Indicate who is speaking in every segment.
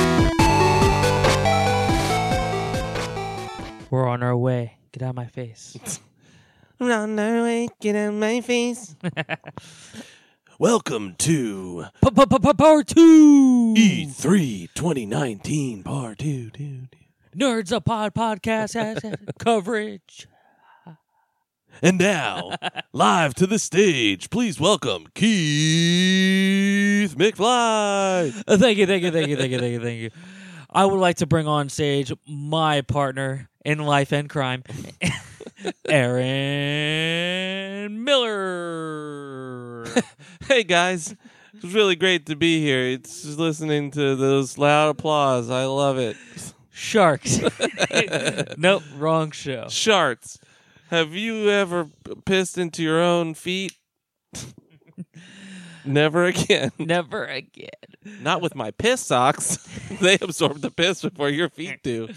Speaker 1: face.
Speaker 2: I'm on my way, get out my face. Welcome to
Speaker 1: Part two.
Speaker 2: E3 2019 Part 2. two, two.
Speaker 1: Nerds a Pod podcast has has coverage.
Speaker 2: And now, live to the stage, please welcome Keith McFly.
Speaker 1: Uh, Thank you, thank you, thank you, thank you, thank you, thank you. I would like to bring on stage my partner in life and crime, Aaron Miller.
Speaker 2: Hey guys, it's really great to be here. It's just listening to those loud applause. I love it.
Speaker 1: Sharks. nope, wrong show.
Speaker 2: Sharts, have you ever p- pissed into your own feet? Never again.
Speaker 1: Never again.
Speaker 2: Not with my piss socks. they absorb the piss before your feet do.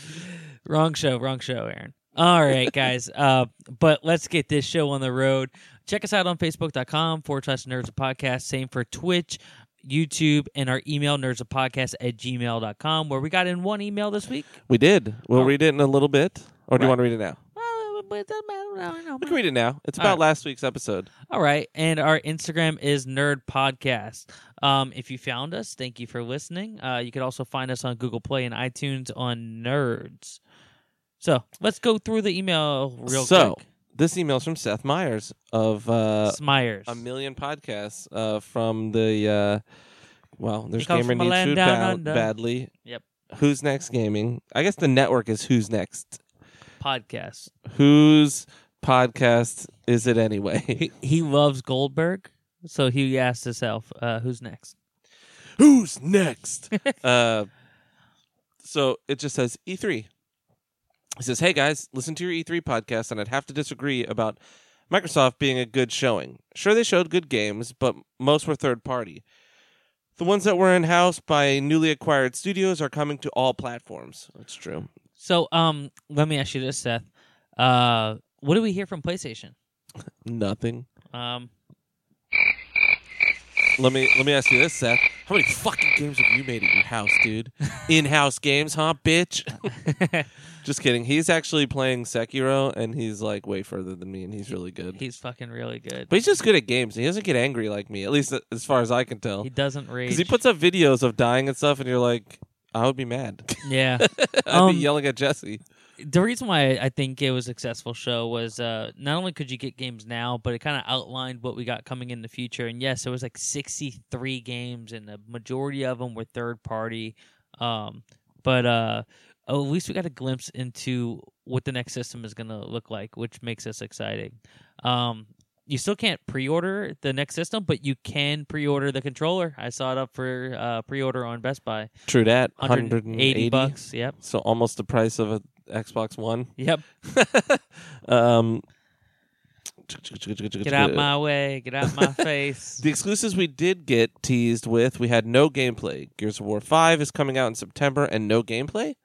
Speaker 1: Wrong show, wrong show, Aaron. All right, guys. uh, but let's get this show on the road. Check us out on Facebook.com forward slash nerds of podcast. Same for Twitch, YouTube, and our email nerds of podcast at gmail.com, where we got in one email this week.
Speaker 2: We did. We'll
Speaker 1: Oh.
Speaker 2: read it in a little bit. Or
Speaker 1: Right.
Speaker 2: do you want to read it now?
Speaker 1: Well, but it doesn't matter. No, no,
Speaker 2: We
Speaker 1: no.
Speaker 2: can read it now. It's
Speaker 1: All
Speaker 2: about
Speaker 1: right.
Speaker 2: last week's episode.
Speaker 1: All right. And our Instagram is Nerd Podcast. Um, if you found us, thank you for listening. Uh, you can also find us on Google Play and iTunes on Nerds. So let's go through the email real
Speaker 2: so,
Speaker 1: quick.
Speaker 2: this email's from Seth Myers of uh,
Speaker 1: Smyers.
Speaker 2: a million podcasts uh, from the. Uh, well, there's
Speaker 1: comes
Speaker 2: Gamer
Speaker 1: from a
Speaker 2: Needs
Speaker 1: land
Speaker 2: Food
Speaker 1: down
Speaker 2: Ba-
Speaker 1: under.
Speaker 2: Badly.
Speaker 1: Yep.
Speaker 2: Who's Next Gaming? I guess the network is Who's Next.
Speaker 1: Podcast.
Speaker 2: Whose podcast is it anyway?
Speaker 1: he, he loves Goldberg, so he asked himself, uh, "Who's next?"
Speaker 2: Who's next? uh, so it just says E3. It says, "Hey guys, listen to your E3 podcast, and I'd have to disagree about Microsoft being a good showing. Sure, they showed good games, but most were third party. The ones that were in house by newly acquired studios are coming to all platforms. That's true.
Speaker 1: So, um, let me ask you this, Seth. Uh, what do we hear from PlayStation?
Speaker 2: Nothing.
Speaker 1: Um,
Speaker 2: Let me let me ask you this, Seth. How many fucking games have you made at your house, dude? In-house games, huh, bitch?" Just kidding. He's actually playing Sekiro, and he's like way further than me, and he's really good.
Speaker 1: he's fucking really good.
Speaker 2: but he's just good at games. and He doesn't get angry like me, at least uh, as far as I can tell.
Speaker 1: He doesn't rage.
Speaker 2: Because he puts up videos of dying and stuff, and you're like, I would be mad.
Speaker 1: yeah.
Speaker 2: I'd
Speaker 1: Um,
Speaker 2: be yelling at Jesse.
Speaker 1: the reason why I think it was a successful show was uh, not only could you get games now, but it kind of outlined what we got coming in the future. And yes, it was like 63 games, and the majority of them were third party. Um, but uh, at least we got a glimpse into what the next system is going to look like, which makes us exciting. Um, you still can't pre-order the next system, but you can pre-order the controller. I saw it up for uh, pre-order on Best Buy,
Speaker 2: True that.
Speaker 1: 180 bucks. Yep,
Speaker 2: So almost the price of an Xbox One.
Speaker 1: yep.
Speaker 2: um,
Speaker 1: Get out my way. Get out my face.
Speaker 2: The exclusives we did get teased with, we had no gameplay. Gears of War 5 is coming out in September and no gameplay.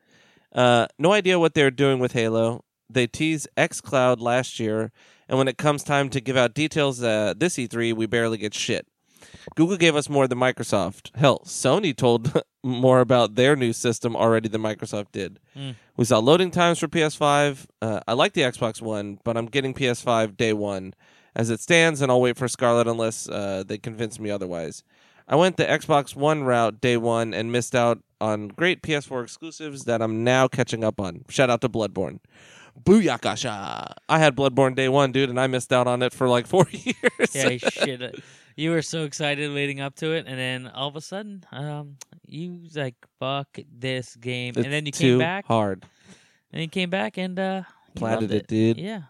Speaker 2: Uh, no idea what they're doing with Halo. They teased xCloud last year, and when it comes time to give out details uh, this E3, we barely get shit. Google gave us more than Microsoft. Hell, Sony told more about their new system already than Microsoft did.
Speaker 1: Mm.
Speaker 2: We saw loading times for PS5. Uh, I like the Xbox One, but I'm getting PS5 day one as it stands, and I'll wait for Scarlet unless uh, they convince me otherwise. I went the Xbox One route day one and missed out on great PS4 exclusives that I'm now catching up on. Shout out to Bloodborne. Booyakasha! I had Bloodborne day one, dude, and I missed out on it for like four years.
Speaker 1: yeah, you should. You were so excited leading up to it, and then all of a sudden, um, you was like fuck this game, and then you
Speaker 2: It's
Speaker 1: came
Speaker 2: too
Speaker 1: back,
Speaker 2: hard.
Speaker 1: and you came back and uh, you loved
Speaker 2: Platted it, dude.
Speaker 1: Yeah,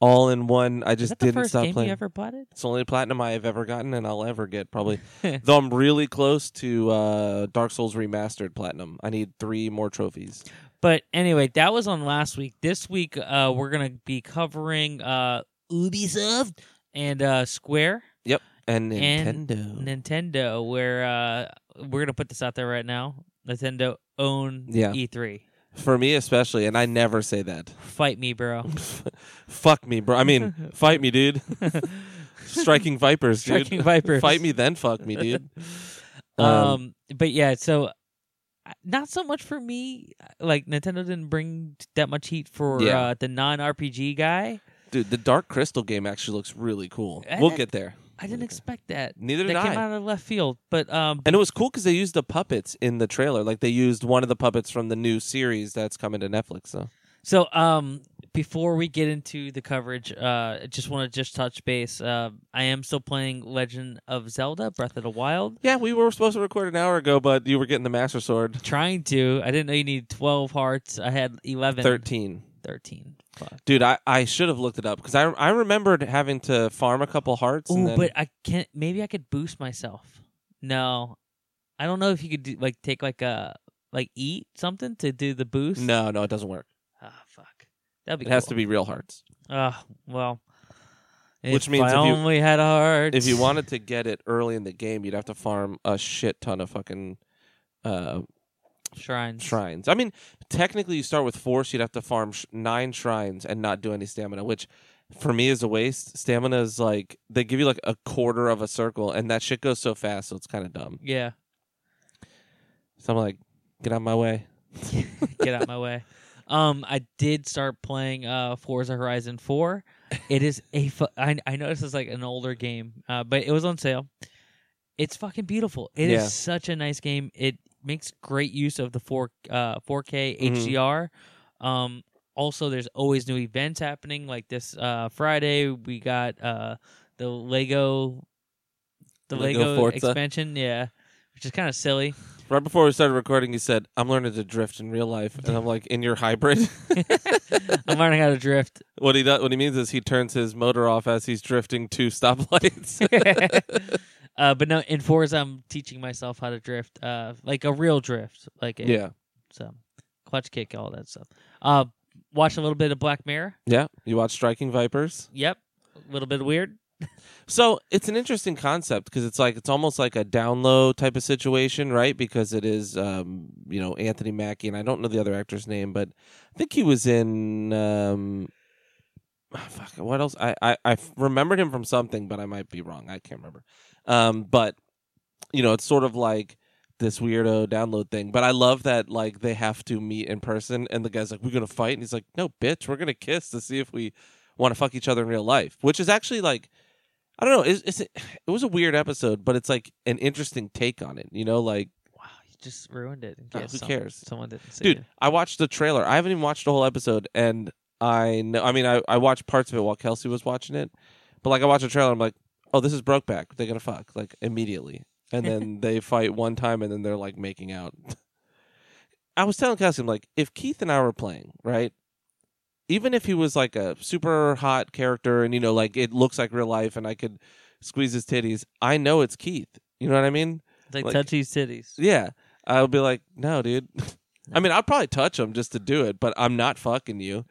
Speaker 2: All in one. I
Speaker 1: is
Speaker 2: just
Speaker 1: that the
Speaker 2: didn't
Speaker 1: first
Speaker 2: stop
Speaker 1: game
Speaker 2: playing.
Speaker 1: you ever platted?
Speaker 2: It's the only platinum I have ever gotten, and I'll ever get probably. Though I'm really close to uh, Dark Souls Remastered platinum. I need three more trophies.
Speaker 1: But anyway, that was on last week. This week, uh, we're gonna be covering uh Ubisoft and uh Square.
Speaker 2: And
Speaker 1: And
Speaker 2: Nintendo.
Speaker 1: Nintendo, where uh, we're gonna put this out there right now. Nintendo own E
Speaker 2: Yeah.
Speaker 1: E3.
Speaker 2: For me, especially, and I never say that.
Speaker 1: Fight me, bro.
Speaker 2: Fuck me, bro. I mean, fight me, dude. Striking vipers, dude. um,
Speaker 1: Striking Vipers.
Speaker 2: Fight me, then fuck me, dude.
Speaker 1: Um,
Speaker 2: Um,
Speaker 1: but yeah, so uh, not so much for me. Like Nintendo didn't bring that much heat for
Speaker 2: Yeah.
Speaker 1: uh, the non RPG guy.
Speaker 2: Dude, the Dark Crystal game actually looks really cool.
Speaker 1: I-
Speaker 2: We'll get there.
Speaker 1: I didn't expect that.
Speaker 2: Neither
Speaker 1: eh, That
Speaker 2: did
Speaker 1: came
Speaker 2: I.
Speaker 1: out of left field, but um,
Speaker 2: And it was cool because they used the puppets in the trailer. Like they used one of the puppets from the new series that's coming to Netflix. So
Speaker 1: So, um, before we get into the coverage, uh, I just want to just touch base. Uh, I am still playing Legend of Zelda: Breath of the Wild.
Speaker 2: yeah, we were supposed to record an hour ago, but you were getting the Master Sword.
Speaker 1: Trying to. I didn't know you needed twelve hearts. I had eleven.
Speaker 2: Thirteen,
Speaker 1: Thirteen. Fuck.
Speaker 2: dude. I, I should have looked it up because I I remembered having to farm a couple hearts.
Speaker 1: Ooh,
Speaker 2: and then,
Speaker 1: but I can't. Maybe I could boost myself. No, I don't know if you could do, like take like a like eat something to do the boost.
Speaker 2: no, no, it doesn't work.
Speaker 1: Ah, fuck. That'd be.
Speaker 2: It has to be real hearts.
Speaker 1: Uh, well.
Speaker 2: Which
Speaker 1: if
Speaker 2: means
Speaker 1: I
Speaker 2: if you-
Speaker 1: only had a heart.
Speaker 2: If you wanted to get it early in the game, you'd have to farm a shit ton of fucking uh,
Speaker 1: shrines.
Speaker 2: shrines. I mean, technically, you start with four, so you'd have to farm sh- nine shrines and not do any stamina, which for me is a waste. Stamina is like they give you like a quarter of a circle, and that shit goes so fast, so it's kind of dumb.
Speaker 1: Yeah.
Speaker 2: So I'm like, get out of my way.
Speaker 1: get out my way. Um, I did start playing uh Forza Horizon Four. It is a fu- I I know this is like an older game, uh, but it was on sale. It's fucking beautiful. It is
Speaker 2: Yeah.
Speaker 1: such a nice game. It makes great use of the four uh four K
Speaker 2: Mhm.
Speaker 1: HDR. Um, also there's always new events happening. Like this uh Friday we got uh the Lego the
Speaker 2: Lego
Speaker 1: Lego,
Speaker 2: Forza.
Speaker 1: expansion, yeah, which is kind of silly.
Speaker 2: Right before we started recording, you said, I'm learning to drift in real life. And I'm like, in your hybrid?
Speaker 1: I'm learning how to drift.
Speaker 2: what he does, what he means is he turns his motor off as he's drifting to stoplights.
Speaker 1: uh, but no, in Forza, I'm teaching myself how to drift, uh, like a real drift, like a,
Speaker 2: yeah.
Speaker 1: so clutch kick, all that stuff. Uh, watch a little bit of Black Mirror.
Speaker 2: Yeah. You watch Striking Vipers?
Speaker 1: Yep, a little bit weird.
Speaker 2: So it's an interesting concept because it's like it's almost like a down low type of situation, right? Because it is, um, you know, Anthony Mackie, and I don't know the other actor's name, but I think he was in. Um, ah, fuck, what else? I, I I f- remembered him from something, but I might be wrong. I can't remember. Um, but you know, it's sort of like this weirdo download thing. But I love that like they have to meet in person, and the guy's like, "We're gonna fight," and he's like, "No, bitch, we're gonna kiss to see if we want to fuck each other in real life," which is actually like. I don't know. It's, it's, it was a weird episode, but it's like an interesting take on it. You know, like,
Speaker 1: Wow, you just ruined it. in
Speaker 2: Uh,
Speaker 1: case
Speaker 2: who
Speaker 1: some-
Speaker 2: cares?
Speaker 1: Someone didn't see
Speaker 2: dude,
Speaker 1: it.
Speaker 2: I watched the trailer. I haven't even watched the whole episode, and I know. I mean, I, I watched parts of it while Kelsey was watching it, but like, I watched the trailer. I'm like, oh, this is Brokeback. They're gonna fuck like immediately, and then they fight one time, and then they're like making out. I was telling Kelsey, I'm like, if Keith and I were playing, right? Even if he was like a super hot character, and you know, like it looks like real life, and I could squeeze his titties, I know it's Keith. You know what I mean?
Speaker 1: It's Like,
Speaker 2: like-
Speaker 1: touchy cities.
Speaker 2: Yeah. I would be like, no, dude. I mean, I'll probably touch him just to do it, but I'm not fucking you.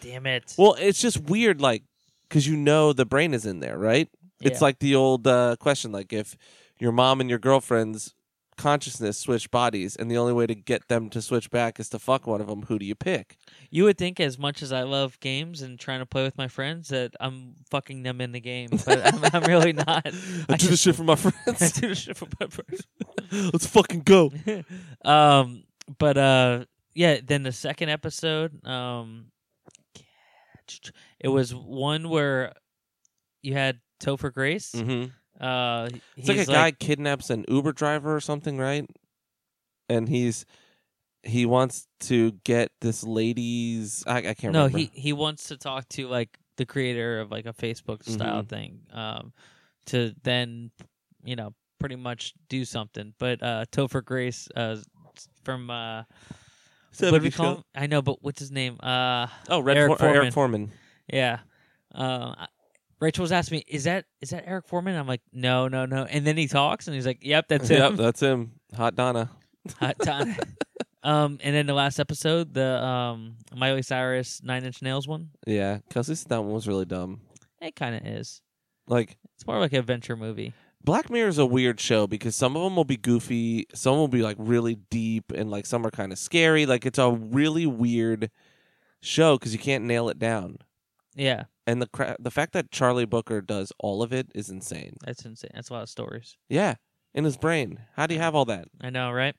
Speaker 1: Damn it.
Speaker 2: Well, it's just weird, like, because you know the brain is in there, right?
Speaker 1: Yeah.
Speaker 2: It's like the old uh, question, like, if your mom and your girlfriend's consciousness switch bodies, and the only way to get them to switch back is to fuck one of them, who do you pick?
Speaker 1: You would think, as much as I love games and trying to play with my friends, that I'm fucking them in the game, but I'm, I'm really not.
Speaker 2: I do this shit for my
Speaker 1: I
Speaker 2: friends.
Speaker 1: do this shit for my friends.
Speaker 2: Let's fucking go.
Speaker 1: um but uh yeah then the second episode um it was one where you had topher grace
Speaker 2: Mm-hmm.
Speaker 1: uh
Speaker 2: It's like a guy kidnaps an Uber driver or something, right? And he's he wants to get this lady's. I, I can't
Speaker 1: no
Speaker 2: remember.
Speaker 1: he he wants to talk to like the creator of like a facebook
Speaker 2: Mm-hmm.
Speaker 1: style thing um to then you know pretty much do something but uh topher grace uh from uh what do we call him? i know but what's his name uh
Speaker 2: Oh, Red
Speaker 1: Eric
Speaker 2: Eric, Foreman. Eric Foreman.
Speaker 1: Yeah. Um, I- Rachel's asked me, "Is that is that Eric Foreman?" I'm like, "No, no, no." And then he talks, and he's like, "Yep, that's
Speaker 2: yep,
Speaker 1: him."
Speaker 2: that's him. Hot Donna.
Speaker 1: Hot time. um, and then the last episode, the um Miley Cyrus Nine Inch Nails one,
Speaker 2: Yeah, Kelsey said that one was really dumb.
Speaker 1: it kind of is.
Speaker 2: Like
Speaker 1: It's more like an adventure movie.
Speaker 2: Black Mirror is a weird show because some of them will be goofy, some will be like really deep, and like some are kind of scary. Like it's a really weird show because you can't nail it down.
Speaker 1: Yeah,
Speaker 2: And the cra- the fact that Charlie Booker does all of it is insane.
Speaker 1: that's insane. That's a lot of stories.
Speaker 2: Yeah. in his brain. How do you have all that?
Speaker 1: I know, right?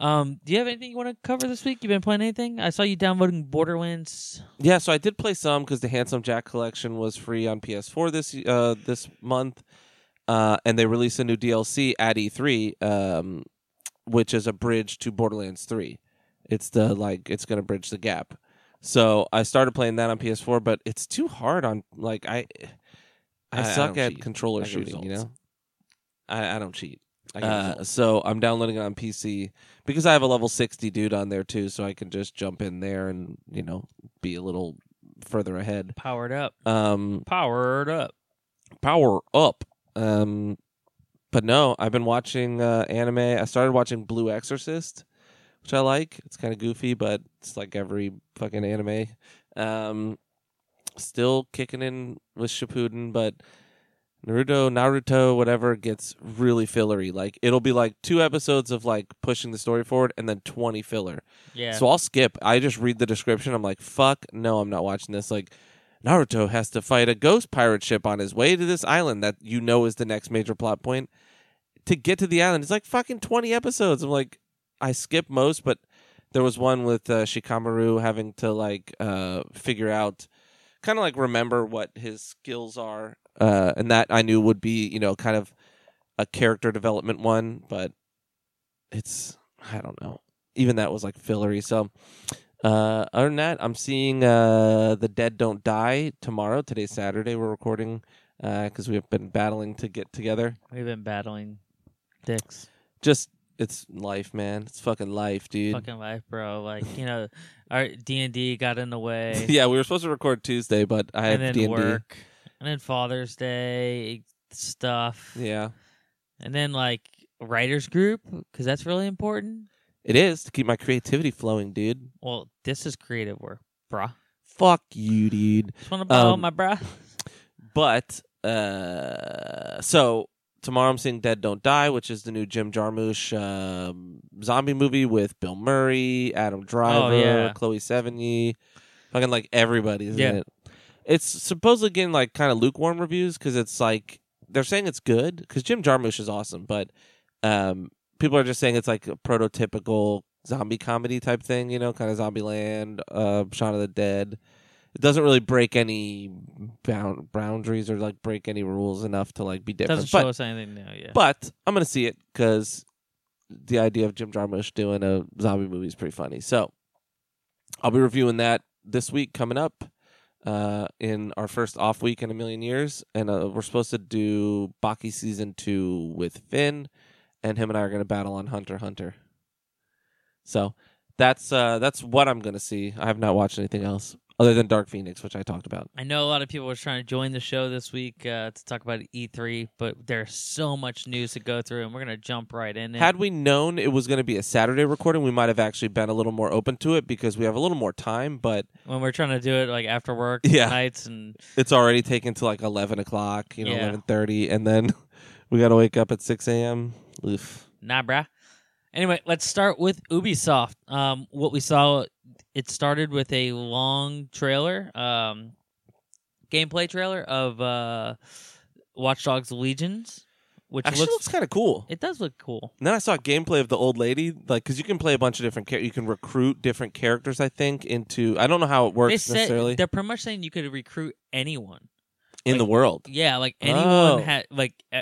Speaker 1: Um, do you have anything you want to cover this week? You been playing anything? I saw you downloading Borderlands.
Speaker 2: Yeah, so I did play some because the Handsome Jack collection was free on PS4 this uh, this month, uh, and they released a new DLC at E3, um, which is a bridge to Borderlands 3. It's the like it's gonna bridge the gap. So I started playing that on PS4, but it's too hard on like I I,
Speaker 3: I- I
Speaker 2: suck
Speaker 3: don't
Speaker 2: at
Speaker 3: cheat.
Speaker 2: controller
Speaker 3: I get
Speaker 2: shooting. You
Speaker 3: results.
Speaker 2: know, I, I don't cheat.
Speaker 3: I get
Speaker 2: Uh,
Speaker 3: results.
Speaker 2: so I'm downloading it on PC because I have a level 60 dude on there too, so I can just jump in there and you know be a little further ahead.
Speaker 1: Powered up.
Speaker 2: Um,
Speaker 1: Powered up.
Speaker 2: power up. Um, but no, I've been watching uh, anime. I started watching Blue Exorcist, which I like. It's kind of goofy, but it's like every fucking anime. Um, still kicking in with Shippuden, but Naruto, Naruto, whatever gets really fillery. Like it'll be like two episodes of like pushing the story forward, and then twenty filler.
Speaker 1: Yeah.
Speaker 2: So I'll skip. I just read the description. I'm like, fuck, no, I'm not watching this. Like, Naruto has to fight a ghost pirate ship on his way to this island that you know is the next major plot point. To get to the island, it's like fucking 20 episodes. I'm like, I skip most, but there was one with uh, Shikamaru having to like uh, figure out, kind of like remember what his skills are. Uh, and that I knew would be, you know, kind of a character development one, but it's, I don't know even that was like fillery. So, uh, other than that, I'm seeing uh, the dead don't die tomorrow. Today's Saturday. We're recording because we have been battling to get together.
Speaker 1: We've been battling dicks.
Speaker 2: Just it's life, man. It's fucking life, dude.
Speaker 1: Fucking life, bro. Like, you know, our D and D got in the way.
Speaker 2: yeah, we were supposed to record Tuesday, but I
Speaker 1: and
Speaker 2: had
Speaker 1: then
Speaker 2: D and
Speaker 1: work. And then Father's Day stuff.
Speaker 2: D. Yeah,
Speaker 1: And then like writers group, because that's really important.
Speaker 2: it is to keep my creativity flowing, dude.
Speaker 1: Well, this is creative work, bruh.
Speaker 2: Fuck you, dude.
Speaker 1: Just want to borrow
Speaker 2: Um,
Speaker 1: my bruh.
Speaker 2: But uh, so tomorrow I'm seeing Dead Don't Die, which is the new Jim Jarmusch um, zombie movie with Bill Murray, Adam Driver,
Speaker 1: Oh, yeah.
Speaker 2: Chloe Sevigny, fucking like everybody, isn't
Speaker 1: Yeah.
Speaker 2: it? It's supposedly getting like kind of lukewarm reviews because it's like they're saying it's good because Jim Jarmusch is awesome, but um, people are just saying it's like a prototypical zombie comedy type thing, you know, kind of Zombie Land, uh, Shaun of the Dead. It doesn't really break any bound- boundaries or like break any rules enough to like be different.
Speaker 1: Doesn't
Speaker 2: but
Speaker 1: show us anything new, yeah.
Speaker 2: but I'm gonna see it because the idea of Jim Jarmusch doing a zombie movie is pretty funny. So I'll be reviewing that this week coming up uh, in our first off week in a million years, and uh, we're supposed to do Baki season two with Finn, and him and I are gonna battle on Hunter x Hunter. So that's uh, that's what I'm gonna see. I have not watched anything else other than Dark Phoenix, which I talked about.
Speaker 1: I know a lot of people were trying to join the show this week uh, to talk about E3, but there's so much news to go through, and we're gonna jump right in.
Speaker 2: Had we known it was going to be a Saturday recording, we might have actually been a little more open to it because we have a little more time. But
Speaker 1: when we're trying to do it like after work
Speaker 2: Yeah.
Speaker 1: nights, and
Speaker 2: it's already taken to like eleven o'clock, you know,
Speaker 1: Yeah.
Speaker 2: eleven thirty, and then we got to wake up at six a.m. Oof.
Speaker 1: nah, bruh. Anyway, let's start with Ubisoft. Um, what we saw, it started with a long trailer, um, gameplay trailer of uh, Watch Dogs Legions, which
Speaker 2: Actually,
Speaker 1: looks
Speaker 2: looks kind of cool.
Speaker 1: it does look cool.
Speaker 2: And then I saw gameplay of the old lady, like because you can play a bunch of different characters. You can recruit different characters, I think, into I don't know how it
Speaker 1: They
Speaker 2: works necessarily
Speaker 1: said they're pretty much saying you could recruit anyone.
Speaker 2: in the world.
Speaker 1: Yeah, like anyone
Speaker 2: Oh.
Speaker 1: had like e-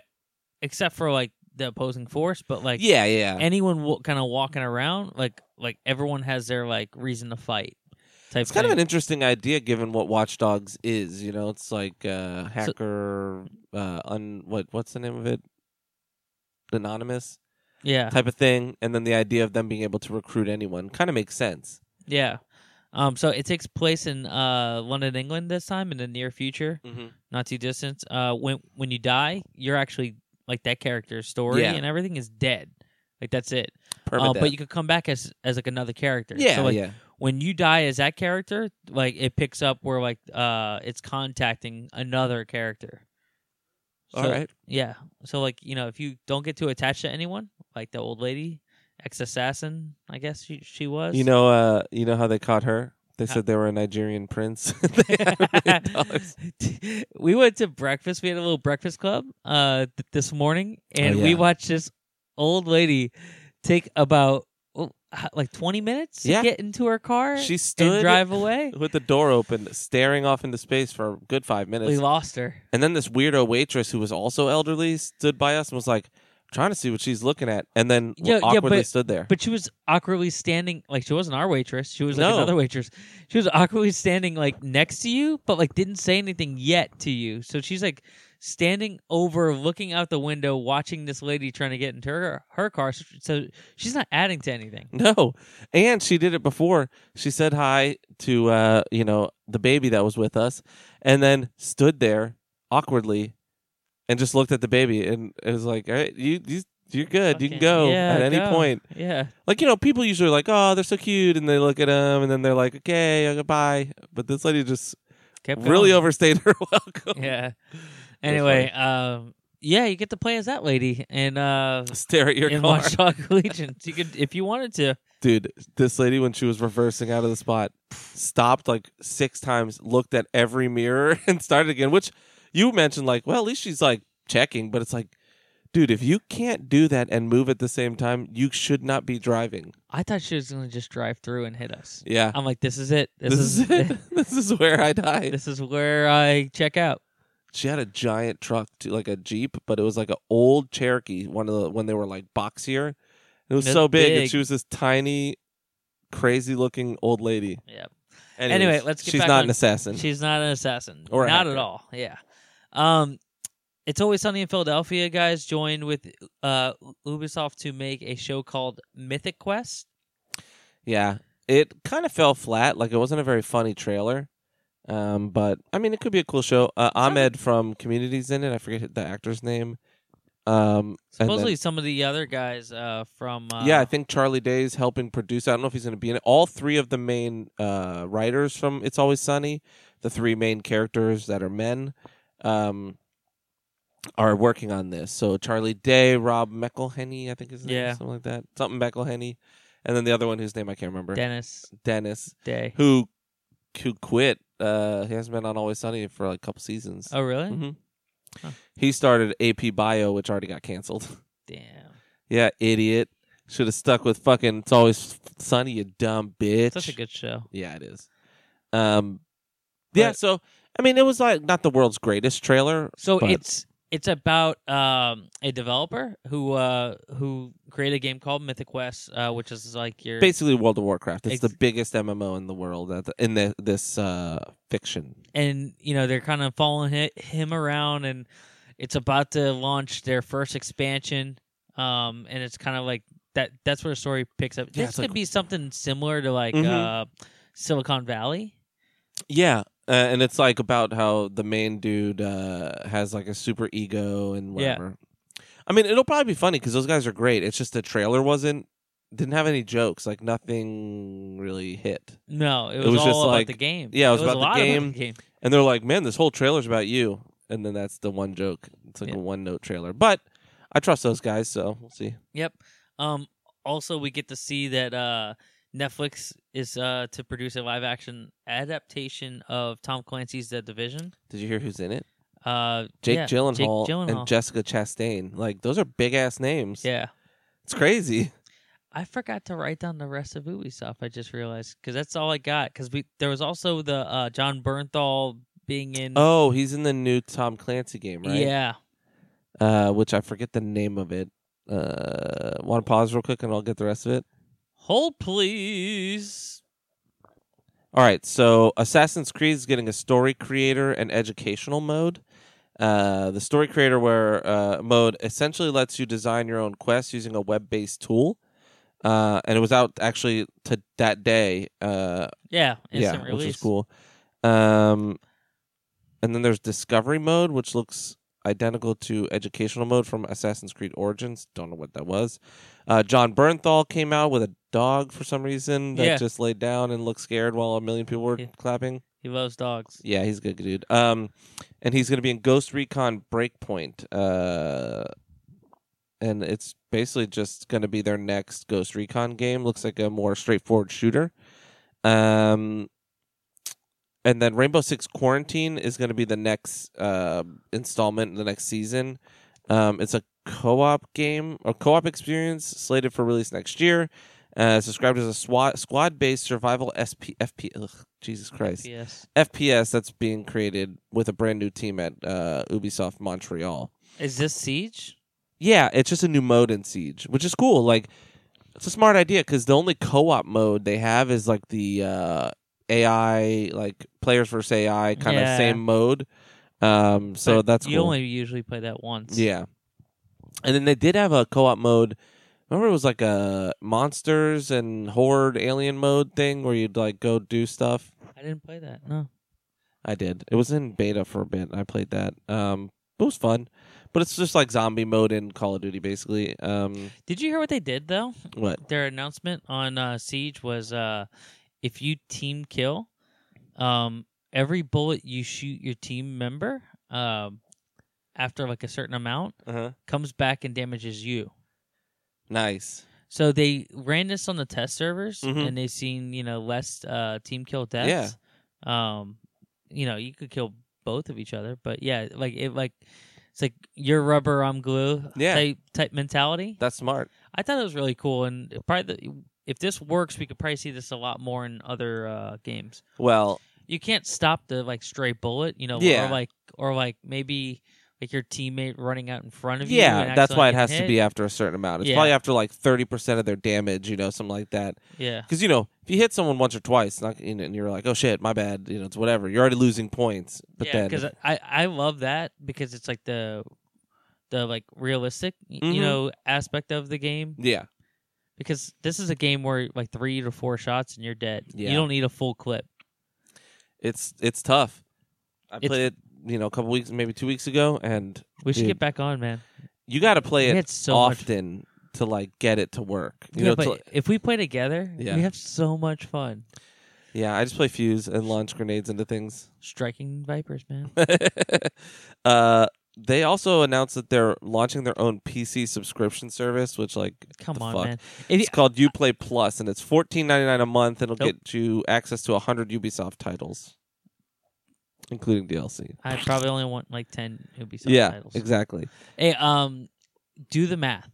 Speaker 1: except for like the opposing force, but like
Speaker 2: yeah, yeah.
Speaker 1: anyone w- kind of walking around, like like everyone has their like reason to fight. Type
Speaker 2: It's kind of
Speaker 1: thing.
Speaker 2: an interesting idea given what Watch Dogs is. You know, it's like uh, hacker, uh, un, what what's the name of it? Anonymous
Speaker 1: yeah
Speaker 2: type of thing, and then the idea of them being able to recruit anyone kind of makes sense.
Speaker 1: yeah. Um, so it takes place in uh London, England this time in the near future,
Speaker 2: Mm-hmm.
Speaker 1: not too distant. Uh, when when you die, you're actually like that character's story
Speaker 2: Yeah.
Speaker 1: and everything is dead. Like that's it. Uh,
Speaker 2: Permanent.
Speaker 1: but you could come back as as like another character.
Speaker 2: yeah,
Speaker 1: So, like,
Speaker 2: yeah,
Speaker 1: when you die as that character, like it picks up where like uh it's contacting another character.
Speaker 2: all
Speaker 1: So-
Speaker 2: right.
Speaker 1: Yeah. So like, you know, if you don't get too attached to anyone, like the old lady, ex assassin, I guess she she was.
Speaker 2: You know, uh, you know how they caught her? They said they were a Nigerian prince. They had a million dollars.
Speaker 1: we went to breakfast. We had a little breakfast club uh, th- this morning, and we
Speaker 2: Oh, yeah.
Speaker 1: watched this old lady take about oh, h- like twenty minutes
Speaker 2: Yeah.
Speaker 1: to get into her car
Speaker 2: she
Speaker 1: and
Speaker 2: stood
Speaker 1: drive away.
Speaker 2: with the door open, staring off into space for a good five minutes.
Speaker 1: we lost her.
Speaker 2: And then this weirdo waitress who was also elderly stood by us and was like trying to see what she's looking at, and then
Speaker 1: Yeah, yeah,
Speaker 2: awkwardly
Speaker 1: but-
Speaker 2: stood there.
Speaker 1: But she was awkwardly standing, like she wasn't our waitress. She was like
Speaker 2: No.
Speaker 1: another waitress. She was awkwardly standing like next to you, but like didn't say anything yet to you. So she's like standing over, looking out the window, watching this lady trying to get into her her car. So- So she's not adding to anything.
Speaker 2: no, and she did it before. She said hi to uh, you know the baby that was with us, and then stood there awkwardly, and just looked at the baby, and it was like, "All right, you, you you're good. you can
Speaker 1: Fucking-
Speaker 2: go
Speaker 1: yeah,
Speaker 2: at any
Speaker 1: go.
Speaker 2: point."
Speaker 1: Yeah,
Speaker 2: Like you know, people usually are like, "Oh, they're so cute," and they look at them, and then they're like, "Okay, uh, goodbye." But this lady just
Speaker 1: kept
Speaker 2: really
Speaker 1: going.
Speaker 2: overstayed her welcome.
Speaker 1: Yeah. Anyway, um, yeah, you get to play as that lady and uh,
Speaker 2: Stare at your
Speaker 1: in
Speaker 2: car.
Speaker 1: Watch Dog Allegiance. You could, if you wanted to.
Speaker 2: Dude, this lady when she was reversing out of the spot stopped like six times, looked at every mirror and started again, which you mentioned like, well, at least she's like checking, but it's like dude, if you can't do that and move at the same time, you should not be driving.
Speaker 1: I thought she was gonna just drive through and hit us.
Speaker 2: Yeah.
Speaker 1: I'm like, this is it. This,
Speaker 2: This, is, it. this is where I died.
Speaker 1: this is where I check out.
Speaker 2: She had a giant truck, too, like a Jeep, but it was like an old Cherokee, one of the when they were like boxier. It was
Speaker 1: That's
Speaker 2: so big,
Speaker 1: big.
Speaker 2: and she was this tiny, crazy looking old lady.
Speaker 1: Yeah,
Speaker 2: Anyways,
Speaker 1: Anyway, let's get
Speaker 2: She's
Speaker 1: back
Speaker 2: not
Speaker 1: on-
Speaker 2: an assassin.
Speaker 1: she's not an assassin.
Speaker 2: Or a
Speaker 1: not
Speaker 2: hacker.
Speaker 1: at all. Yeah. Um, it's always sunny in Philadelphia. Guys joined with uh Ubisoft to make a show called Mythic Quest.
Speaker 2: Yeah, it kind of fell flat. Like it wasn't a very funny trailer. Um, but I mean, it could be a cool show. Uh, Ahmed from Community's in it. I forget the actor's name. Um, and then-
Speaker 1: Supposedly, some of the other guys uh from uh,
Speaker 2: yeah, I think Charlie Day's helping produce. I don't know if he's going to be in it. All three of the main uh, writers from It's Always Sunny, the three main characters that are men, um, are working on this. So Charlie Day, Rob McElhenney, I think his name,
Speaker 1: Yeah.
Speaker 2: something like that, something McElhenney, and then the other one whose name I can't remember,
Speaker 1: Dennis
Speaker 2: Dennis,
Speaker 1: Day.
Speaker 2: who who quit. Uh, he hasn't been on Always Sunny for like a couple seasons.
Speaker 1: Oh, really?
Speaker 2: Mhm.
Speaker 1: Huh.
Speaker 2: He started AP Bio, which already got canceled.
Speaker 1: Damn.
Speaker 2: Yeah, idiot. Should have stuck with fucking. It's always sunny, you dumb bitch.
Speaker 1: Such a good show.
Speaker 2: Yeah, it is. Um, yeah.
Speaker 1: But-
Speaker 2: so I mean, it was like not the world's greatest trailer.
Speaker 1: So
Speaker 2: But-
Speaker 1: it's it's about um, a developer who uh, who created a game called Mythic Quest, uh, which is like your
Speaker 2: Basically, World of Warcraft. It's
Speaker 1: Ex-
Speaker 2: the biggest MMO in the world at the, in the, this uh, fiction.
Speaker 1: and you know they're kind of following hi- him around, and it's about to launch their first expansion, um, and it's kind of like that. That's where the story picks up.
Speaker 2: Yeah,
Speaker 1: this
Speaker 2: it's
Speaker 1: could
Speaker 2: like-
Speaker 1: be something similar to like
Speaker 2: Mhm.
Speaker 1: uh, Silicon Valley.
Speaker 2: Yeah, uh, and it's like about how the main dude uh, has like a super ego and
Speaker 1: Yeah.
Speaker 2: whatever. I mean, it'll probably be funny because those guys are great. It's just the trailer wasn't didn't have any jokes. Like nothing really hit.
Speaker 1: No, it was,
Speaker 2: was
Speaker 1: all
Speaker 2: just
Speaker 1: about
Speaker 2: like-
Speaker 1: the game.
Speaker 2: yeah, it was
Speaker 1: a
Speaker 2: about the
Speaker 1: lot
Speaker 2: game. And they're like, "Man, this whole trailer's about you." And then that's the one joke. It's like
Speaker 1: Yeah.
Speaker 2: a one note trailer, but I trust those guys, so we'll see.
Speaker 1: Yep. Um also we get to see that uh Netflix is uh to produce a live action adaptation of Tom Clancy's The Division.
Speaker 2: Did you hear who's in it?
Speaker 1: Uh
Speaker 2: Jake,
Speaker 1: yeah,
Speaker 2: Gyllenhaal,
Speaker 1: Jake Gyllenhaal.
Speaker 2: and Jessica Chastain. Like those are big ass names.
Speaker 1: yeah. Mm-hmm.
Speaker 2: It's crazy.
Speaker 1: I forgot to write down the rest of Ubisoft. I just realized cuz that's all I got cuz we there was also the uh John Bernthal being in
Speaker 2: Oh, he's in the new Tom Clancy game, right?
Speaker 1: Yeah.
Speaker 2: uh, which I forget the name of it. Uh, Want to pause real quick and I'll get the rest of it.
Speaker 1: Hold please.
Speaker 2: All right, so Assassin's Creed is getting a story creator and educational mode. Uh, the story creator where uh, mode essentially lets you design your own quest using a web-based tool, uh, and it was out actually to that day. Uh,
Speaker 1: Yeah,
Speaker 2: yeah,
Speaker 1: instant release.
Speaker 2: which is cool. Um, and then there's discovery mode, which looks identical to educational mode from Assassin's Creed Origins. Don't know what that was. Uh, John Bernthal came out with a dog for some reason that
Speaker 1: Yeah.
Speaker 2: just laid down and looked scared while a million people were
Speaker 1: Yeah.
Speaker 2: clapping.
Speaker 1: He loves dogs.
Speaker 2: Yeah, he's a good dude. Um, and he's going to be in Ghost Recon Breakpoint. Uh, and it's basically just going to be their next Ghost Recon game. Looks like a more straightforward shooter. Um, and then Rainbow Six Quarantine is going to be the next uh, installment, the next season. Um, it's a co-op game, a co-op experience slated for release next year. Uh, it's described as a SWAT, squad-based survival SP, FP, ugh, Jesus Christ,
Speaker 1: Yes.
Speaker 2: FPS that's being created with a brand new team at uh, Ubisoft Montreal.
Speaker 1: Is this Siege?
Speaker 2: Yeah, it's just a new mode in Siege, which is cool. Like, it's a smart idea because the only co-op mode they have is like the uh, AI, like players versus AI kind of
Speaker 1: Yeah.
Speaker 2: same mode. Um, so
Speaker 1: But
Speaker 2: that's
Speaker 1: you
Speaker 2: cool.
Speaker 1: only usually play that once.
Speaker 2: yeah, and then they did have a co-op mode. Remember, it was like a monsters and horde alien mode thing where you'd like go do stuff.
Speaker 1: I didn't play that. No.
Speaker 2: I did. It was in beta for a bit. I played that. Um, it was fun, but it's just like zombie mode in Call of Duty, basically. Um,
Speaker 1: Did you hear what they did though?
Speaker 2: what?
Speaker 1: Their announcement on uh, Siege was uh, if you team kill, um, every bullet you shoot your team member um, after like a certain amount
Speaker 2: Uh-huh.
Speaker 1: comes back and damages you.
Speaker 2: Nice.
Speaker 1: So they ran this on the test servers,
Speaker 2: Mhm.
Speaker 1: and they've seen you know less uh, team kill deaths. Yeah. Um, you know you could kill both of each other, but yeah, like it like it's like you're rubber, I'm glue.
Speaker 2: Yeah.
Speaker 1: Type, type mentality.
Speaker 2: That's smart.
Speaker 1: I thought it was really cool, and probably the, if this works, we could probably see this a lot more in other uh, games.
Speaker 2: Well,
Speaker 1: You can't stop the like stray bullet, you know,
Speaker 2: Yeah.
Speaker 1: or like or like maybe like your teammate running out in front of you.
Speaker 2: yeah,
Speaker 1: and
Speaker 2: that's why it has
Speaker 1: accidentally
Speaker 2: to
Speaker 1: getting
Speaker 2: be after a certain amount. It's
Speaker 1: Yeah.
Speaker 2: probably after like 30% of their damage, you know, something like that.
Speaker 1: hit. Yeah,
Speaker 2: Because, you know, if you hit someone once or twice not, you know, and you're like, oh shit, my bad, you know, it's whatever. You're already losing points. But
Speaker 1: yeah,
Speaker 2: then,
Speaker 1: because I I love that because it's like the the like realistic y-
Speaker 2: Mhm.
Speaker 1: you know aspect of the game
Speaker 2: yeah,
Speaker 1: because this is a game where like three to four shots and you're dead.
Speaker 2: Yeah.
Speaker 1: You don't need a full clip.
Speaker 2: it's it's tough. I
Speaker 1: It's-
Speaker 2: played it, you know, a couple weeks, maybe two weeks ago, and
Speaker 1: We should
Speaker 2: Dude.
Speaker 1: get back on, man.
Speaker 2: you got to play
Speaker 1: We
Speaker 2: it
Speaker 1: had so much
Speaker 2: often to like get it to work. You
Speaker 1: yeah,
Speaker 2: know,
Speaker 1: but
Speaker 2: to-
Speaker 1: if we play together,
Speaker 2: Yeah.
Speaker 1: we have so much fun
Speaker 2: yeah. I just play fuse and launch grenades into things.
Speaker 1: striking vipers, man.
Speaker 2: uh, they also announced that they're launching their own PC subscription service, which like
Speaker 1: Come
Speaker 2: the
Speaker 1: on,
Speaker 2: fuck?
Speaker 1: man. If you,
Speaker 2: it's called UPlay Plus, and it's fourteen ninety nine a month. It'll
Speaker 1: Nope.
Speaker 2: get you access to hundred Ubisoft titles, including DLC.
Speaker 1: I probably only want like ten Ubisoft
Speaker 2: yeah,
Speaker 1: titles.
Speaker 2: exactly.
Speaker 1: Hey, um, do the math.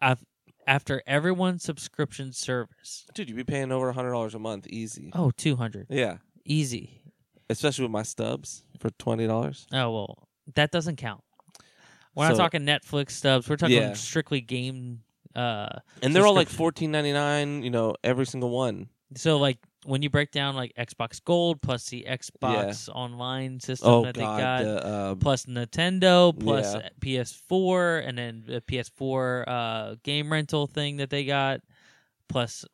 Speaker 1: I've, after everyone's subscription service,
Speaker 2: Dude, you'd be paying over hundred dollars a month, easy.
Speaker 1: oh, 200.
Speaker 2: Yeah,
Speaker 1: easy.
Speaker 2: especially with my stubs for twenty dollars.
Speaker 1: Oh well, that doesn't count. We're not
Speaker 2: So-
Speaker 1: talking Netflix stubs. We're talking
Speaker 2: Yeah.
Speaker 1: strictly game. Uh,
Speaker 2: And they're all like fourteen ninety nine. You know, every single one.
Speaker 1: so like when you break down like Xbox Gold plus the Xbox Online system
Speaker 2: Oh
Speaker 1: that
Speaker 2: god,
Speaker 1: they got.
Speaker 2: the, uh,
Speaker 1: plus Nintendo, plus
Speaker 2: Yeah.
Speaker 1: PS4, and then the PS4 uh, game rental thing that they got. Plus,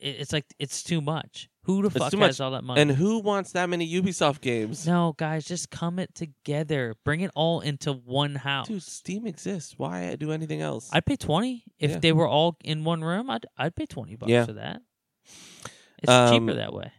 Speaker 1: it, it's like it's too much. Who the fuck
Speaker 2: too
Speaker 1: has
Speaker 2: much.
Speaker 1: all that money?
Speaker 2: and who wants that many Ubisoft games?
Speaker 1: no, guys, just come it together. Bring it all into one house.
Speaker 2: Dude, Steam exists. Why do anything else?
Speaker 1: I'd pay twenty if
Speaker 2: Yeah.
Speaker 1: they were all in one room. I'd I'd pay twenty bucks
Speaker 2: Yeah.
Speaker 1: for that. It's
Speaker 2: Um,
Speaker 1: cheaper that way.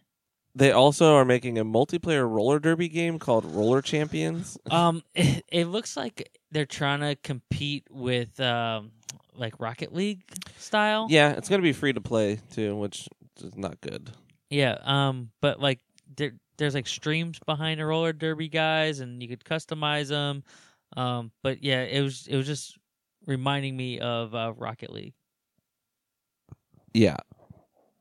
Speaker 2: They also are making a multiplayer roller derby game called Roller Champions.
Speaker 1: Um, it, it looks like they're trying to compete with um, like Rocket League style.
Speaker 2: Yeah, it's going to be free to play too, which is not good.
Speaker 1: Yeah, um, but like there, there's like streams behind the roller derby guys, and you could customize them. Um, but yeah, it was it was just reminding me of uh, Rocket League.
Speaker 2: Yeah.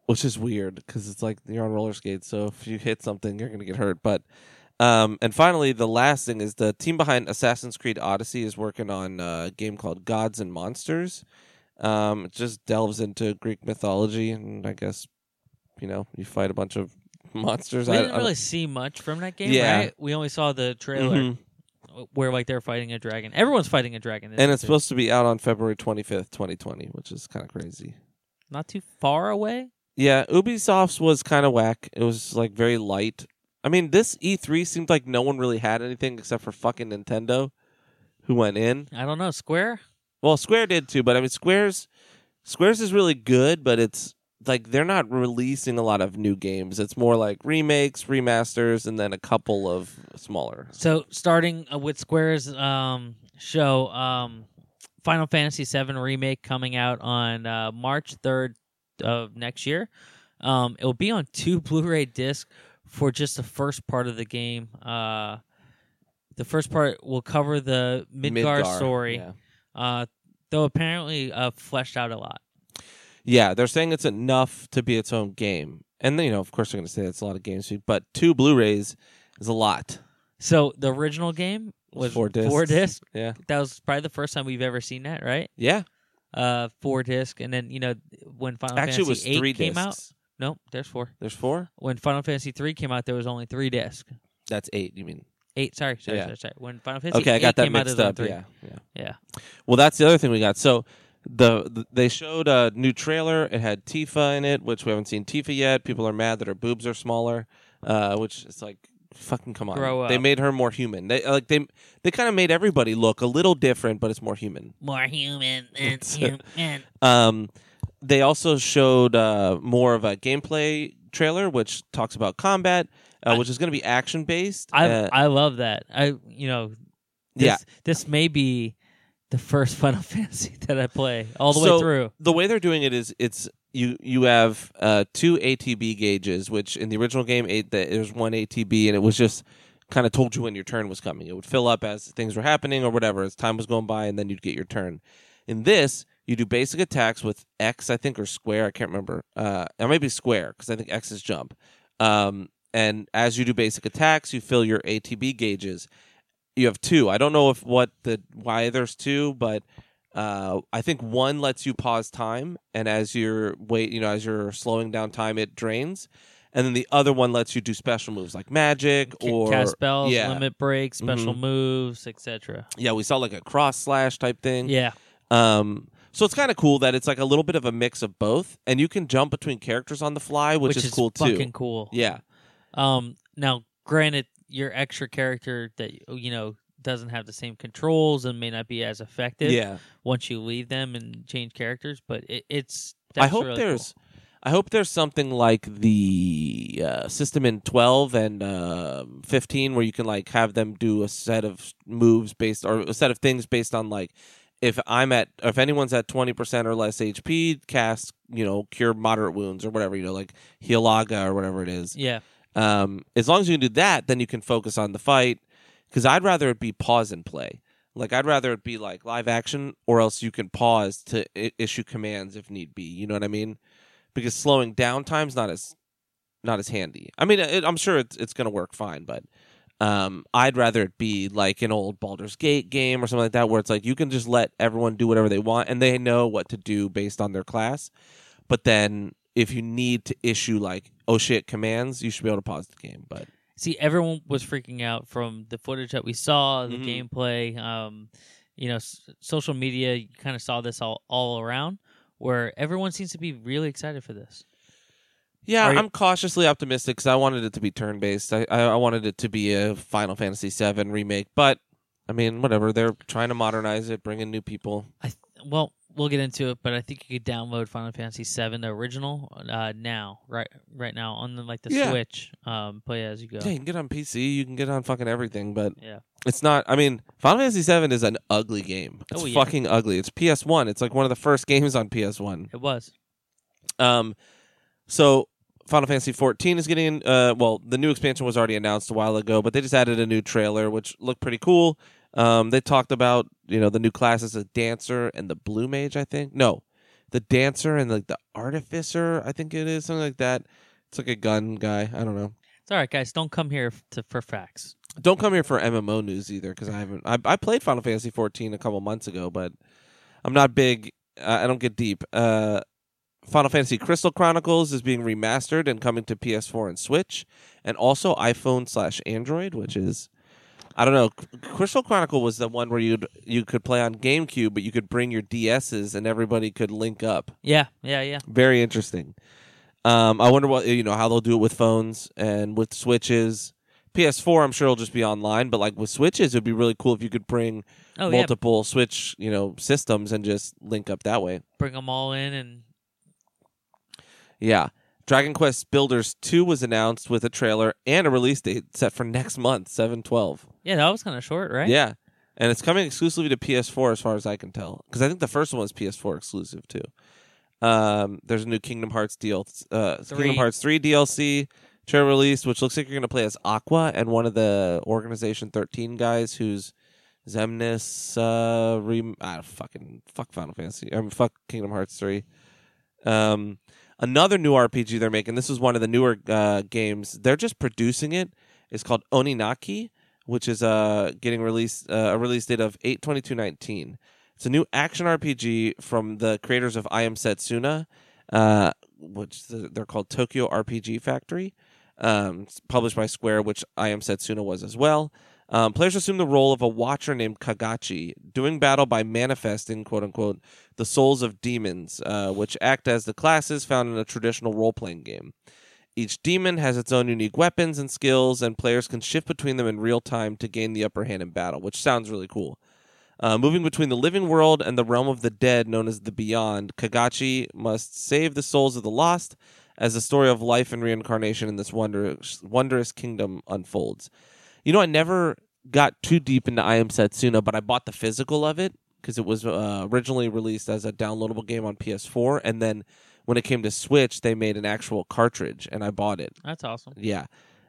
Speaker 2: Which is weird because it's like you're on roller skates, so if you hit something, you're going to get hurt. But, um, and finally, the last thing is the team behind Assassin's Creed Odyssey is working on a game called Gods and Monsters. Um, it just delves into Greek mythology, and I guess, you know, you fight a bunch of monsters.
Speaker 1: we
Speaker 2: I-
Speaker 1: didn't
Speaker 2: I-
Speaker 1: really see much from that game,
Speaker 2: Yeah.
Speaker 1: right? We only saw the trailer
Speaker 2: Mhm.
Speaker 1: where like they're fighting a dragon. Everyone's fighting a dragon,
Speaker 2: and it's
Speaker 1: isn't it?
Speaker 2: supposed to be out on February 25th, 2020, which is kind of crazy.
Speaker 1: not too far away.
Speaker 2: Yeah, Ubisoft's was kind of whack. It was like very light. I mean, this E3 seemed like no one really had anything except for fucking Nintendo, who went in.
Speaker 1: I don't know. Square.
Speaker 2: Well, Square did too, but I mean, Square's Square's is really good, but it's like they're not releasing a lot of new games. It's more like remakes, remasters, and then a couple of smaller.
Speaker 1: So starting uh, with Square's um, show, um, Final Fantasy VII remake coming out on uh, March third of next year. Um, it will be on two Blu-ray discs for just the first part of the game. Uh, the first part will cover the Midgar, story,
Speaker 2: Yeah.
Speaker 1: uh, though apparently uh, fleshed out a lot.
Speaker 2: Yeah, they're saying it's enough to be its own game. And then, you know, of course, they're going to say it's a lot of games, but two Blu rays is a lot.
Speaker 1: So the original game was
Speaker 2: Four discs.
Speaker 1: Four disc.
Speaker 2: Yeah.
Speaker 1: That was probably the first time we've ever seen that, right?
Speaker 2: Yeah.
Speaker 1: Uh, four disc, and then you know when Final
Speaker 2: Actually, it was
Speaker 1: Fantasy
Speaker 2: three
Speaker 1: eight came
Speaker 2: discs.
Speaker 1: out. No, there's four.
Speaker 2: There's four?
Speaker 1: When Final Fantasy three came out, there was only three disc.
Speaker 2: That's eight, you mean?
Speaker 1: Eight. Sorry, sorry,
Speaker 2: Yeah.
Speaker 1: sorry, sorry. When Final Fantasy
Speaker 2: okay, I got
Speaker 1: eight
Speaker 2: that
Speaker 1: came out, there
Speaker 2: mixed
Speaker 1: was only
Speaker 2: up.
Speaker 1: three.
Speaker 2: Yeah, yeah.
Speaker 1: Yeah.
Speaker 2: Well, that's the other thing we got. So the, the they showed a new trailer. It had Tifa in it, which we haven't seen Tifa yet. People are mad that her boobs are smaller, uh, which is like fucking come on.
Speaker 1: Grow
Speaker 2: They
Speaker 1: up.
Speaker 2: made her more human. They uh, like they they kind of made everybody look a little different, but it's more human.
Speaker 1: More human than
Speaker 2: It's, uh,
Speaker 1: human.
Speaker 2: Um, they also showed uh, more of a gameplay trailer, which talks about combat, uh,
Speaker 1: I-
Speaker 2: which is going to be action based.
Speaker 1: I
Speaker 2: Uh,
Speaker 1: I love that. I you know, this,
Speaker 2: Yeah.
Speaker 1: this may be the first Final Fantasy that I play all the
Speaker 2: So-
Speaker 1: way through.
Speaker 2: the way they're doing it is it's you you have uh, two ATB gauges, which in the original game eight that there's one ATB and it was just kind of told you when your turn was coming. It would fill up as things were happening or whatever as time was going by, and then you'd get your turn. In this, you do basic attacks with X, I think, or square. I can't remember. Uh, it might be square because I think X is jump. Um, and as you do basic attacks, you fill your ATB gauges. You have two. I don't know if what the why there's two, but uh, I think one lets you pause time, and as you're wait, you know, as you're slowing down time, it drains. And then the other one lets you do special moves like magic
Speaker 1: Ca-
Speaker 2: or
Speaker 1: cast spells,
Speaker 2: yeah. Mm-hmm.
Speaker 1: limit breaks, special moves, etc.
Speaker 2: yeah, we saw like a cross slash type thing.
Speaker 1: Yeah,
Speaker 2: Um, so it's kind of cool that it's like a little bit of a mix of both, and you can jump between characters on the fly, which, is, cool too.
Speaker 1: Fucking cool.
Speaker 2: Yeah,
Speaker 1: Um. Now, granted, your extra character that you know doesn't have the same controls and may not be as effective
Speaker 2: yeah.
Speaker 1: once you leave them and change characters, but it, it's.
Speaker 2: I
Speaker 1: that's
Speaker 2: hope
Speaker 1: really
Speaker 2: there's, I hope there's something like the uh, system in twelve and um fifteen where you can like have them do a set of moves based or a set of things based on like if I'm at if anyone's at twenty percent or less HP, cast you know cure moderate wounds or whatever you know like Hialaga or whatever it is.
Speaker 1: cool. yeah.
Speaker 2: Um, as long as you can do that, then you can focus on the fight. Because I'd rather it be pause and play. Like I'd rather it be like live action, or else you can pause to I- issue commands if need be. You know what I mean? Because slowing down time's not as not as handy. I mean, it, I'm sure it's it's gonna work fine, but um, I'd rather it be like an old Baldur's Gate game or something like that, where it's like you can just let everyone do whatever they want and they know what to do based on their class. But then if you need to issue like oh shit commands, you should be able to pause the game. But
Speaker 1: See, everyone was freaking out from the footage that we saw, the
Speaker 2: Mhm.
Speaker 1: gameplay. Um, you know, s- social media. You kind of saw this all all around, where everyone seems to be really excited for this.
Speaker 2: yeah,
Speaker 1: Are you-
Speaker 2: I'm cautiously optimistic because I wanted it to be turn based. I, I I wanted it to be a Final Fantasy VII remake, but I mean whatever. They're trying to modernize it, bring in new people.
Speaker 1: I th- well, we'll get into it, but I think you could download Final Fantasy VII the original uh, now, right right now on the like the
Speaker 2: Yeah.
Speaker 1: Switch. Um, play as you go.
Speaker 2: Yeah, you can get on PC, you can get on fucking everything, but
Speaker 1: Yeah.
Speaker 2: it's not. I mean, Final Fantasy VII is an ugly game. It's
Speaker 1: Oh, yeah.
Speaker 2: fucking ugly. It's PS One. It's like one of the first games on PS One.
Speaker 1: It was.
Speaker 2: Um, so Final Fantasy 14 is getting. Uh, well, the new expansion was already announced a while ago, but they just added a new trailer, which looked pretty cool. Um, they talked about you know the new classes, the dancer and the blue mage. I think no, the dancer and like the artificer. I think it is something like that. It's like a gun guy. I don't know.
Speaker 1: It's all right, guys. Don't come here f- to, for facts.
Speaker 2: Don't come here for MMO news either, because I haven't. I, I played Final Fantasy 14 a couple months ago, but I'm not big. Uh, I don't get deep. Uh, Final Fantasy Crystal Chronicles is being remastered and coming to PS4 and Switch, and also iPhone slash Android, which is I don't know. Crystal Chronicle was the one where you would you could play on GameCube, but you could bring your DSs and everybody could link up.
Speaker 1: Yeah, yeah, yeah.
Speaker 2: Very interesting. Um, I wonder what you know how they'll do it with phones and with switches. PS4, I'm sure it'll just be online, but like with switches, it'd be really cool if you could bring
Speaker 1: Oh yeah.
Speaker 2: multiple switch, you know, systems and just link up that way.
Speaker 1: Bring them all in, and
Speaker 2: Yeah, Dragon Quest Builders 2 was announced with a trailer and a release date set for next month, seven twelve.
Speaker 1: yeah, that was kind of short, right?
Speaker 2: Yeah, and it's coming exclusively to PS4 as far as I can tell, because I think the first one was PS4 exclusive too. Um, there's a new Kingdom Hearts deal, uh,
Speaker 1: Three.
Speaker 2: Kingdom Hearts three DLC, trailer released, which looks like you're going to play as Aqua and one of the Organization 13 guys who's Zemnis. Uh, rem- ah, fucking fuck Final Fantasy. I'm fuck Kingdom Hearts 3. Um, another new RPG they're making. This is one of the newer uh, games. They're just producing it. It's called Oninaki, which is uh, getting released uh, a release date of 8-22-19. It's a new action RPG from the creators of I Am Setsuna, uh, which th- they're called Tokyo RPG Factory. Um, it's published by Square, which I Am Setsuna was as well. Um, players assume the role of a watcher named Kagachi, doing battle by manifesting, quote unquote, the souls of demons, uh, which act as the classes found in a traditional role playing game. Each demon has its own unique weapons and skills, and players can shift between them in real time to gain the upper hand in battle, which sounds really cool. Uh, moving between the living world and the realm of the dead, known as the Beyond, Kagachi must save the souls of the lost as the story of life and reincarnation in this wondrous, wondrous kingdom unfolds. You know, I never got too deep into I Am Setsuna, but I bought the physical of it because it was uh, originally released as a downloadable game on PS4, and then when it came to Switch, they made an actual cartridge, and I bought it.
Speaker 1: That's awesome.
Speaker 2: Yeah,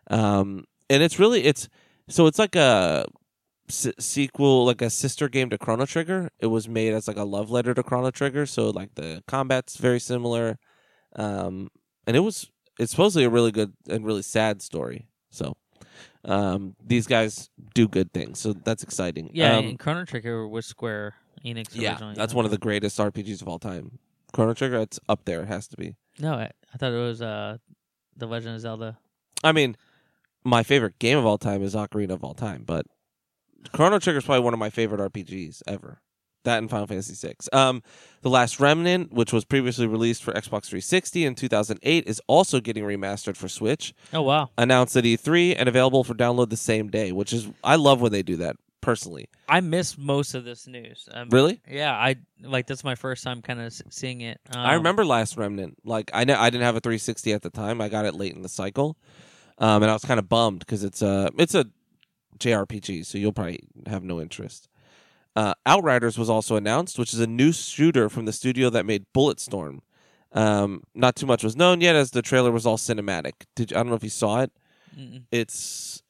Speaker 2: um, and it's really it's so it's like a s- sequel, like a sister game to Chrono Trigger. It was made as like a love letter to Chrono Trigger, so like the combat's very similar, um, and it was it's supposedly a really good and really sad story. So um, these guys do good things, so that's exciting.
Speaker 1: Yeah,
Speaker 2: Um,
Speaker 1: and Chrono Trigger was Square Enix
Speaker 2: yeah,
Speaker 1: originally.
Speaker 2: that's one of the greatest RPGs of all time. Chrono Trigger, it's up there. It has to be.
Speaker 1: No, I, I thought it was uh, The Legend of Zelda.
Speaker 2: I mean, my favorite game of all time is Ocarina of all time, but Chrono Trigger is probably one of my favorite RPGs ever. That and Final Fantasy VI. Um, the Last Remnant, which was previously released for Xbox 360 in 2008, is also getting remastered for Switch.
Speaker 1: Oh wow,
Speaker 2: Announced at E3 and available for download the same day, which is I love when they do that. Personally,
Speaker 1: I missed most of this news. Um,
Speaker 2: really,
Speaker 1: Yeah, I like that's my first time kind of seeing it. Um,
Speaker 2: I remember Last Remnant. Like I know I didn't have a 360 at the time. I got it late in the cycle, um, and I was kind of bummed because it's a it's a JRPG, so you'll probably have no interest. Uh, Outriders was also announced, which is a new shooter from the studio that made Bulletstorm. Um, not too much was known yet, as the trailer was all cinematic. Did you- I don't know if you saw it.
Speaker 1: Mm-mm.
Speaker 2: It's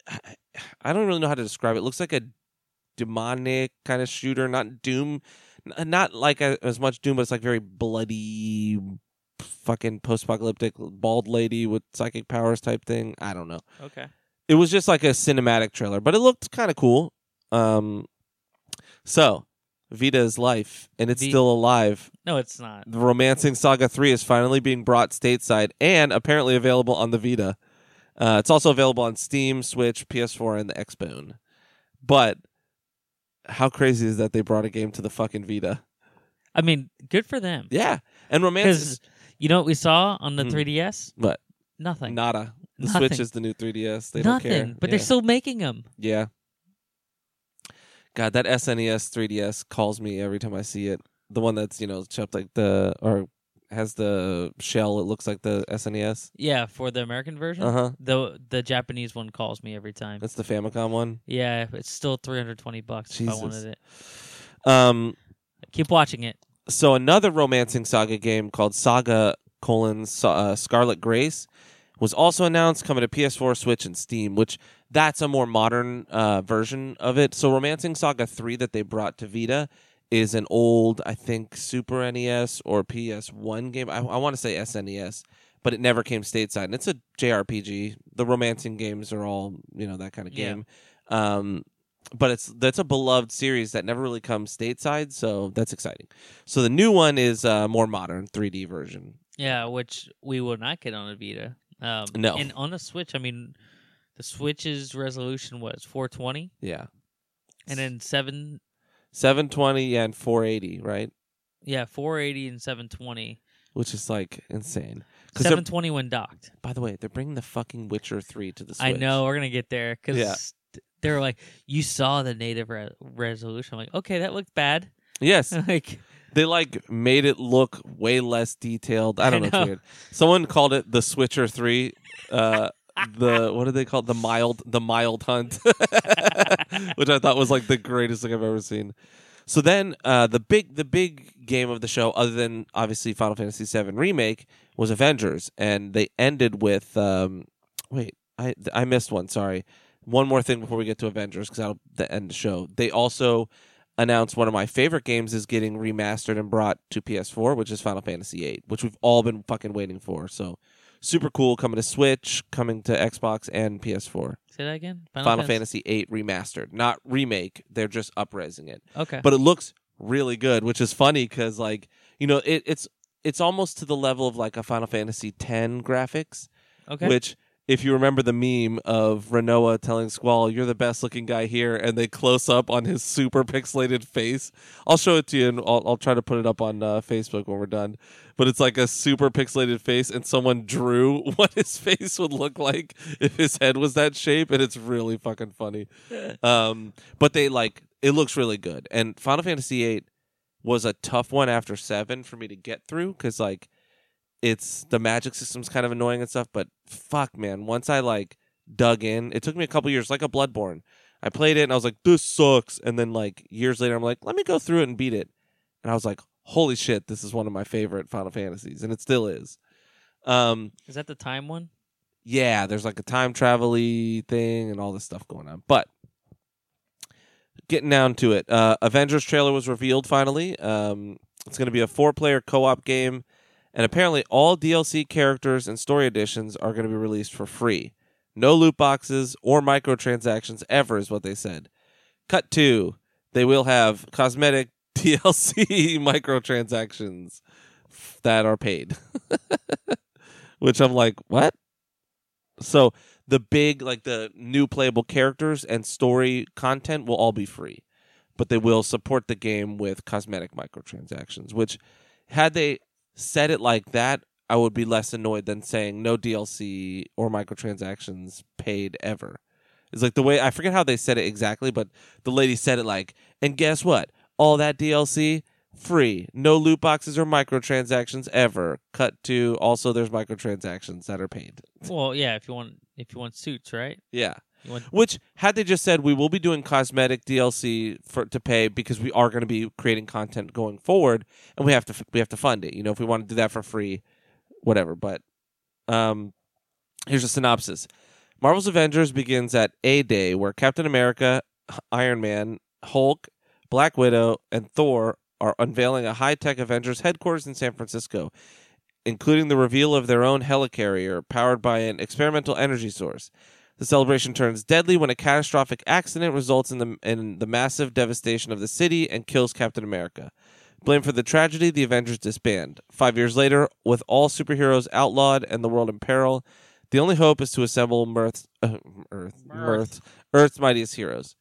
Speaker 2: I don't really know how to describe it. It looks like a demonic kind of shooter, not Doom n- not like a, as much Doom, but it's like very bloody, fucking post-apocalyptic bald lady with psychic powers type thing. I don't know.
Speaker 1: Okay.
Speaker 2: It was just like a cinematic trailer, but it looked kind of cool. Um, so Vita is life, and it's
Speaker 1: Vi-
Speaker 2: still alive.
Speaker 1: No, it's not.
Speaker 2: The Romancing Saga 3 is finally being brought stateside and apparently available on the Vita. Uh, it's also available on Steam, Switch, PS4, and the Xbone. But how crazy is that they brought a game to the fucking Vita?
Speaker 1: I mean, good for them.
Speaker 2: Yeah, and romance
Speaker 1: Because
Speaker 2: is
Speaker 1: you know what we saw on the
Speaker 2: Mm.
Speaker 1: 3DS?
Speaker 2: What?
Speaker 1: Nothing.
Speaker 2: nada. The
Speaker 1: Nothing.
Speaker 2: Switch is the new 3DS. They
Speaker 1: Nothing.
Speaker 2: don't care.
Speaker 1: But
Speaker 2: yeah.
Speaker 1: they're still making them.
Speaker 2: yeah. God, that E SNES 3DS calls me every time I see it. The one that's you know shaped like the or has the shell. It looks like the E SNES.
Speaker 1: Yeah, for the American version.
Speaker 2: Uh huh.
Speaker 1: The the Japanese one calls me every time.
Speaker 2: That's the Famicom one.
Speaker 1: Yeah, it's still 320 bucks if
Speaker 2: Jesus.
Speaker 1: I wanted it.
Speaker 2: Um.
Speaker 1: Keep watching it.
Speaker 2: So another romancing saga game called Saga colon Sa- uh, Scarlet Grace was also announced coming to PS4, Switch, and Steam, which that's a more modern uh, version of it. So Romancing Saga 3 that they brought to Vita is an old, I think, Super NES or PS1 game. I, I want to say SNES, but it never came stateside. And it's a JRPG. The romancing games are all, you know, that kind of
Speaker 1: Yeah.
Speaker 2: game. Um, but it's that's a beloved series that never really comes stateside, so that's exciting. So the new one is a more modern 3D version.
Speaker 1: Yeah, which we will not get on a Vita. Um,
Speaker 2: No.
Speaker 1: And on a Switch, I mean, the Switch's resolution was 420
Speaker 2: Yeah.
Speaker 1: and then 7
Speaker 2: 720 and 480, right?
Speaker 1: yeah, 480 and 720.
Speaker 2: Which is like insane. 'Cause they're-
Speaker 1: 720 when docked.
Speaker 2: By the way, they're bringing the fucking Witcher 3 to the Switch.
Speaker 1: I know we're gonna get there because
Speaker 2: Yeah.
Speaker 1: they're like, you saw the native re- resolution. I'm like, okay, that looked bad.
Speaker 2: Yes.
Speaker 1: like,
Speaker 2: They like made it look way less detailed. I don't
Speaker 1: I
Speaker 2: know.
Speaker 1: know.
Speaker 2: It's weird. Someone called it the Switcher 3. Uh, the what do they call it? The mild the mild hunt, which I thought was like the greatest thing I've ever seen. So then uh, the big the big game of the show, other than obviously Final Fantasy VII remake, was Avengers, and they ended with um, Wait, I th- I missed one. Sorry. One more thing before we get to Avengers because that'll the end the show. They also announced one of my favorite games is getting remastered and brought to PS4, which is Final Fantasy VIII, which we've all been fucking waiting for. So super cool, coming to Switch, coming to Xbox and PS4.
Speaker 1: Say that again.
Speaker 2: Final, Fantasy VIII remastered, not remake. They're just upraising it
Speaker 1: Okay.
Speaker 2: but it looks really good, which is funny because like you know it, it's it's almost to the level of like a Final Fantasy X graphics,
Speaker 1: okay.
Speaker 2: which if you remember the meme of Renoa telling Squall, "You're the best looking guy here," and they close up on his super pixelated face. I'll show it to you, and I'll, I'll try to put it up on uh, Facebook when we're done. But it's like a super pixelated face, and someone drew what his face would look like if his head was that shape, and it's really fucking funny um, but they like it looks really good. And Final Fantasy VIII was a tough one after seven for me to get through because like it's the magic system's kind of annoying and stuff. But fuck, man, once I like dug in, it took me a couple years, like a Bloodborne. I played it and I was like, this sucks. And then like years later, I'm like, let me go through it and beat it. And I was like, holy shit, this is one of my favorite Final Fantasies, and it still is. Um,
Speaker 1: Is that the time one?
Speaker 2: yeah, there's like a time travel thing and all this stuff going on. But getting down to it, uh, Avengers trailer was revealed finally. Um, it's going to be a four player co op game, and apparently all DLC characters and story editions are going to be released for free. No loot boxes or microtransactions ever is what they said. Cut two, they will have cosmetic DLC microtransactions that are paid. Which I'm like, what? So the big like the new playable characters and story content will all be free, but they will support the game with cosmetic microtransactions. Which, had they said it like that, I would be less annoyed than saying no DLC or microtransactions paid ever. It's like the way I forget how they said it exactly, but the lady said it like, and guess what? All that DLC free, no loot boxes or microtransactions ever. Cut to also there's microtransactions that are paid.
Speaker 1: Well, yeah. If you want, if you want suits, right?
Speaker 2: Yeah.
Speaker 1: You want
Speaker 2: Which had they just said we will be doing cosmetic DLC for to pay because we are going to be creating content going forward and we have to f- we have to fund it. You know, if we want to do that for free, whatever. But um here's a synopsis. Marvel's Avengers begins at A Day where Captain America, Iron Man, Hulk, Black Widow, and Thor are unveiling a high-tech Avengers headquarters in San Francisco, including the reveal of their own helicarrier powered by an experimental energy source. The celebration turns deadly when a catastrophic accident results in the in the massive devastation of the city and kills Captain America. Blamed for the tragedy, the Avengers disband. Five years later, with all superheroes outlawed and the world in peril, the only hope is to assemble Mirth's, uh, Earth, Mirth.
Speaker 1: Mirth.
Speaker 2: Earth's mightiest heroes.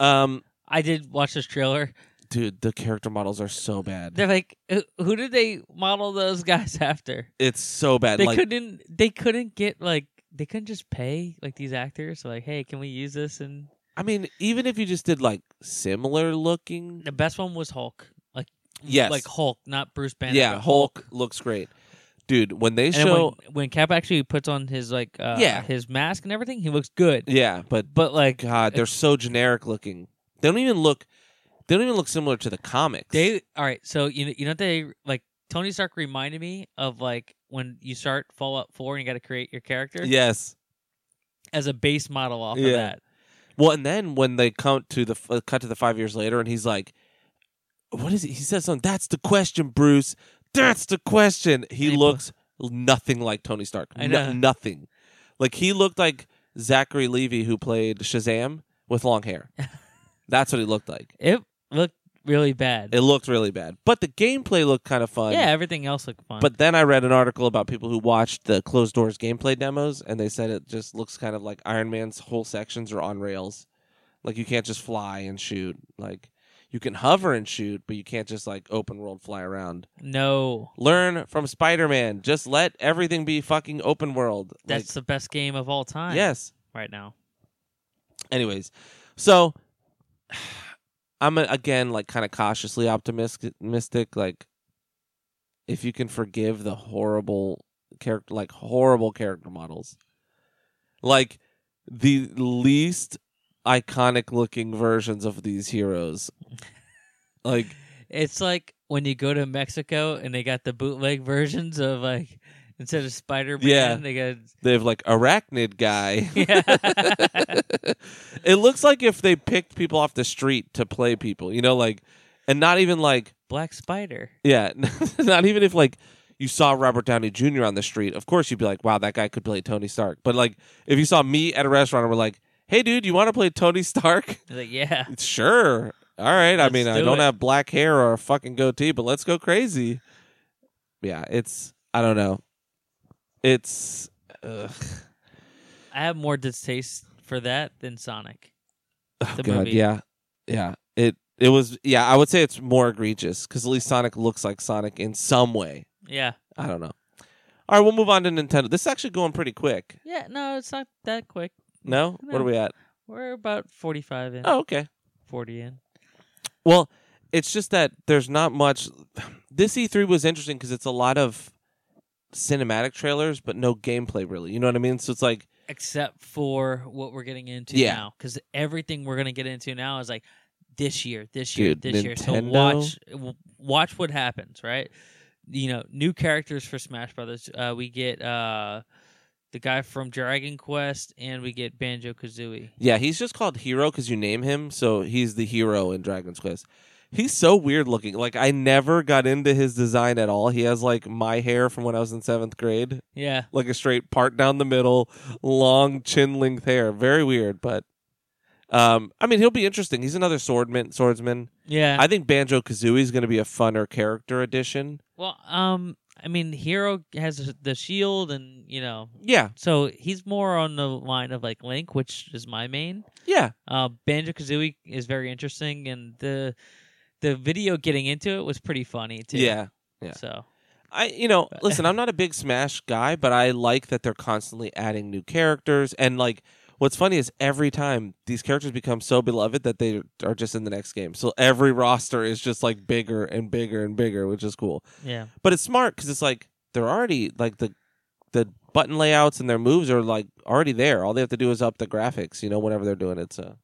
Speaker 2: Um,
Speaker 1: I did watch this trailer.
Speaker 2: dude, the character models are so bad.
Speaker 1: They're like, who, who did they model those guys after?
Speaker 2: It's so bad.
Speaker 1: They
Speaker 2: like,
Speaker 1: couldn't. They couldn't get like. They couldn't just pay like these actors. Like, hey, can we use this? And
Speaker 2: I mean, even if you just did like similar looking,
Speaker 1: the best one was Hulk. Like,
Speaker 2: Yes.
Speaker 1: like Hulk, not Bruce Banner.
Speaker 2: yeah,
Speaker 1: but
Speaker 2: Hulk looks great, dude. When they
Speaker 1: And then
Speaker 2: show,
Speaker 1: when, when Cap actually puts on his like, uh,
Speaker 2: Yeah.
Speaker 1: his mask and everything, he looks good.
Speaker 2: yeah, but
Speaker 1: But like,
Speaker 2: God, they're so generic looking. They don't even look. They don't even look similar to the comics.
Speaker 1: They all right. So you know, you know what they like. Tony Stark reminded me of like when you start Fallout Four and you got to create your character
Speaker 2: yes.
Speaker 1: as a base model off
Speaker 2: Yeah.
Speaker 1: of that.
Speaker 2: Well, and then when they come to the uh, cut to the five years later, and he's like, "What is it?" He says something. That's the question, Bruce. That's the question.
Speaker 1: And
Speaker 2: He
Speaker 1: he pu-
Speaker 2: looks nothing like Tony Stark.
Speaker 1: I
Speaker 2: No-
Speaker 1: know.
Speaker 2: nothing. Like he looked like Zachary Levy, who played Shazam with long hair. That's what he looked like.
Speaker 1: It looked really bad.
Speaker 2: It looked really bad, but the gameplay looked kind of fun.
Speaker 1: yeah, everything else looked fun.
Speaker 2: But then I read an article about people who watched the closed doors gameplay demos, and they said it just looks kind of like Iron Man's whole sections are on rails. Like you can't just fly and shoot. Like you can hover and shoot, but you can't just like open world fly around.
Speaker 1: no,
Speaker 2: Learn from Spider Man. Just let everything be fucking open world.
Speaker 1: that's the best game of all time.
Speaker 2: like, yes.
Speaker 1: right now.
Speaker 2: Anyways, so I'm uh, again like kind of cautiously optimistic. Like, if you can forgive the horrible character, like horrible character models, like the least iconic looking versions of these heroes, like
Speaker 1: It's like when you go to Mexico and they got the bootleg versions of like Instead of Spider Man,
Speaker 2: Yeah.
Speaker 1: they got
Speaker 2: They have like arachnid guy.
Speaker 1: yeah.
Speaker 2: it looks like if they picked people off the street to play people, you know, like, and not even like,
Speaker 1: Black Spider.
Speaker 2: yeah, not even if like you saw Robert Downey Jr. on the street, of course you'd be like, wow, that guy could play Tony Stark. But like, if you saw me at a restaurant and were like, hey, dude, you want to play Tony Stark?
Speaker 1: They're Like, yeah.
Speaker 2: Sure. All right.
Speaker 1: Let's
Speaker 2: I mean, I
Speaker 1: do
Speaker 2: don't
Speaker 1: it.
Speaker 2: have black hair or a fucking goatee, but let's go crazy. Yeah, it's, I don't know. It's, ugh.
Speaker 1: I have more distaste for that than Sonic.
Speaker 2: Oh,
Speaker 1: the
Speaker 2: God,
Speaker 1: movie.
Speaker 2: Yeah, yeah. It it was yeah. I would say it's more egregious because at least Sonic looks like Sonic in some way.
Speaker 1: Yeah.
Speaker 2: I don't know. All right, we'll move on to Nintendo. This is actually going pretty quick.
Speaker 1: Yeah, no, it's not that quick.
Speaker 2: No, what are
Speaker 1: No.
Speaker 2: we at?
Speaker 1: We're about 45 in,
Speaker 2: Oh, okay.
Speaker 1: 40 in.
Speaker 2: Well, it's just that there's not much. This E3 was interesting because it's a lot of cinematic trailers, but no gameplay really. You know what I mean? So it's like
Speaker 1: Except for what we're getting into
Speaker 2: Yeah.
Speaker 1: now. Because everything we're going to get into now is like this year, this year,
Speaker 2: Dude,
Speaker 1: this year. So
Speaker 2: Nintendo-
Speaker 1: watch, w- watch what happens, right? You know, new characters for Smash Brothers. Uh, we get uh, the guy from Dragon Quest and we get Banjo Kazooie.
Speaker 2: yeah, he's just called Hero because you name him, so he's the hero in Dragon's Quest. He's so weird looking. Like I never got into his design at all. He has like my hair from when I was in seventh grade,
Speaker 1: Yeah.
Speaker 2: like a straight part down the middle, long chin length hair. Very weird, but um, I mean he'll be interesting. He's another swordman. Swordsman.
Speaker 1: Yeah.
Speaker 2: I think Banjo Kazooie is going to be a funner character addition.
Speaker 1: well, um, I mean, Hero has the shield and, you know,
Speaker 2: Yeah,
Speaker 1: So he's more on the line of like Link, which is my main.
Speaker 2: yeah,
Speaker 1: Uh, Banjo Kazooie is very interesting, and the the video getting into it was pretty funny too.
Speaker 2: yeah. yeah.
Speaker 1: So
Speaker 2: I you know, listen, I'm not a big Smash guy, but I like that they're constantly adding new characters and like what's funny is every time these characters become so beloved that they are just in the next game. So every roster is just like bigger and bigger and bigger, which is cool.
Speaker 1: yeah,
Speaker 2: But it's smart cuz it's like they're already like the the button layouts and their moves are like already there. All they have to do is up the graphics, you know, whenever they're doing it. So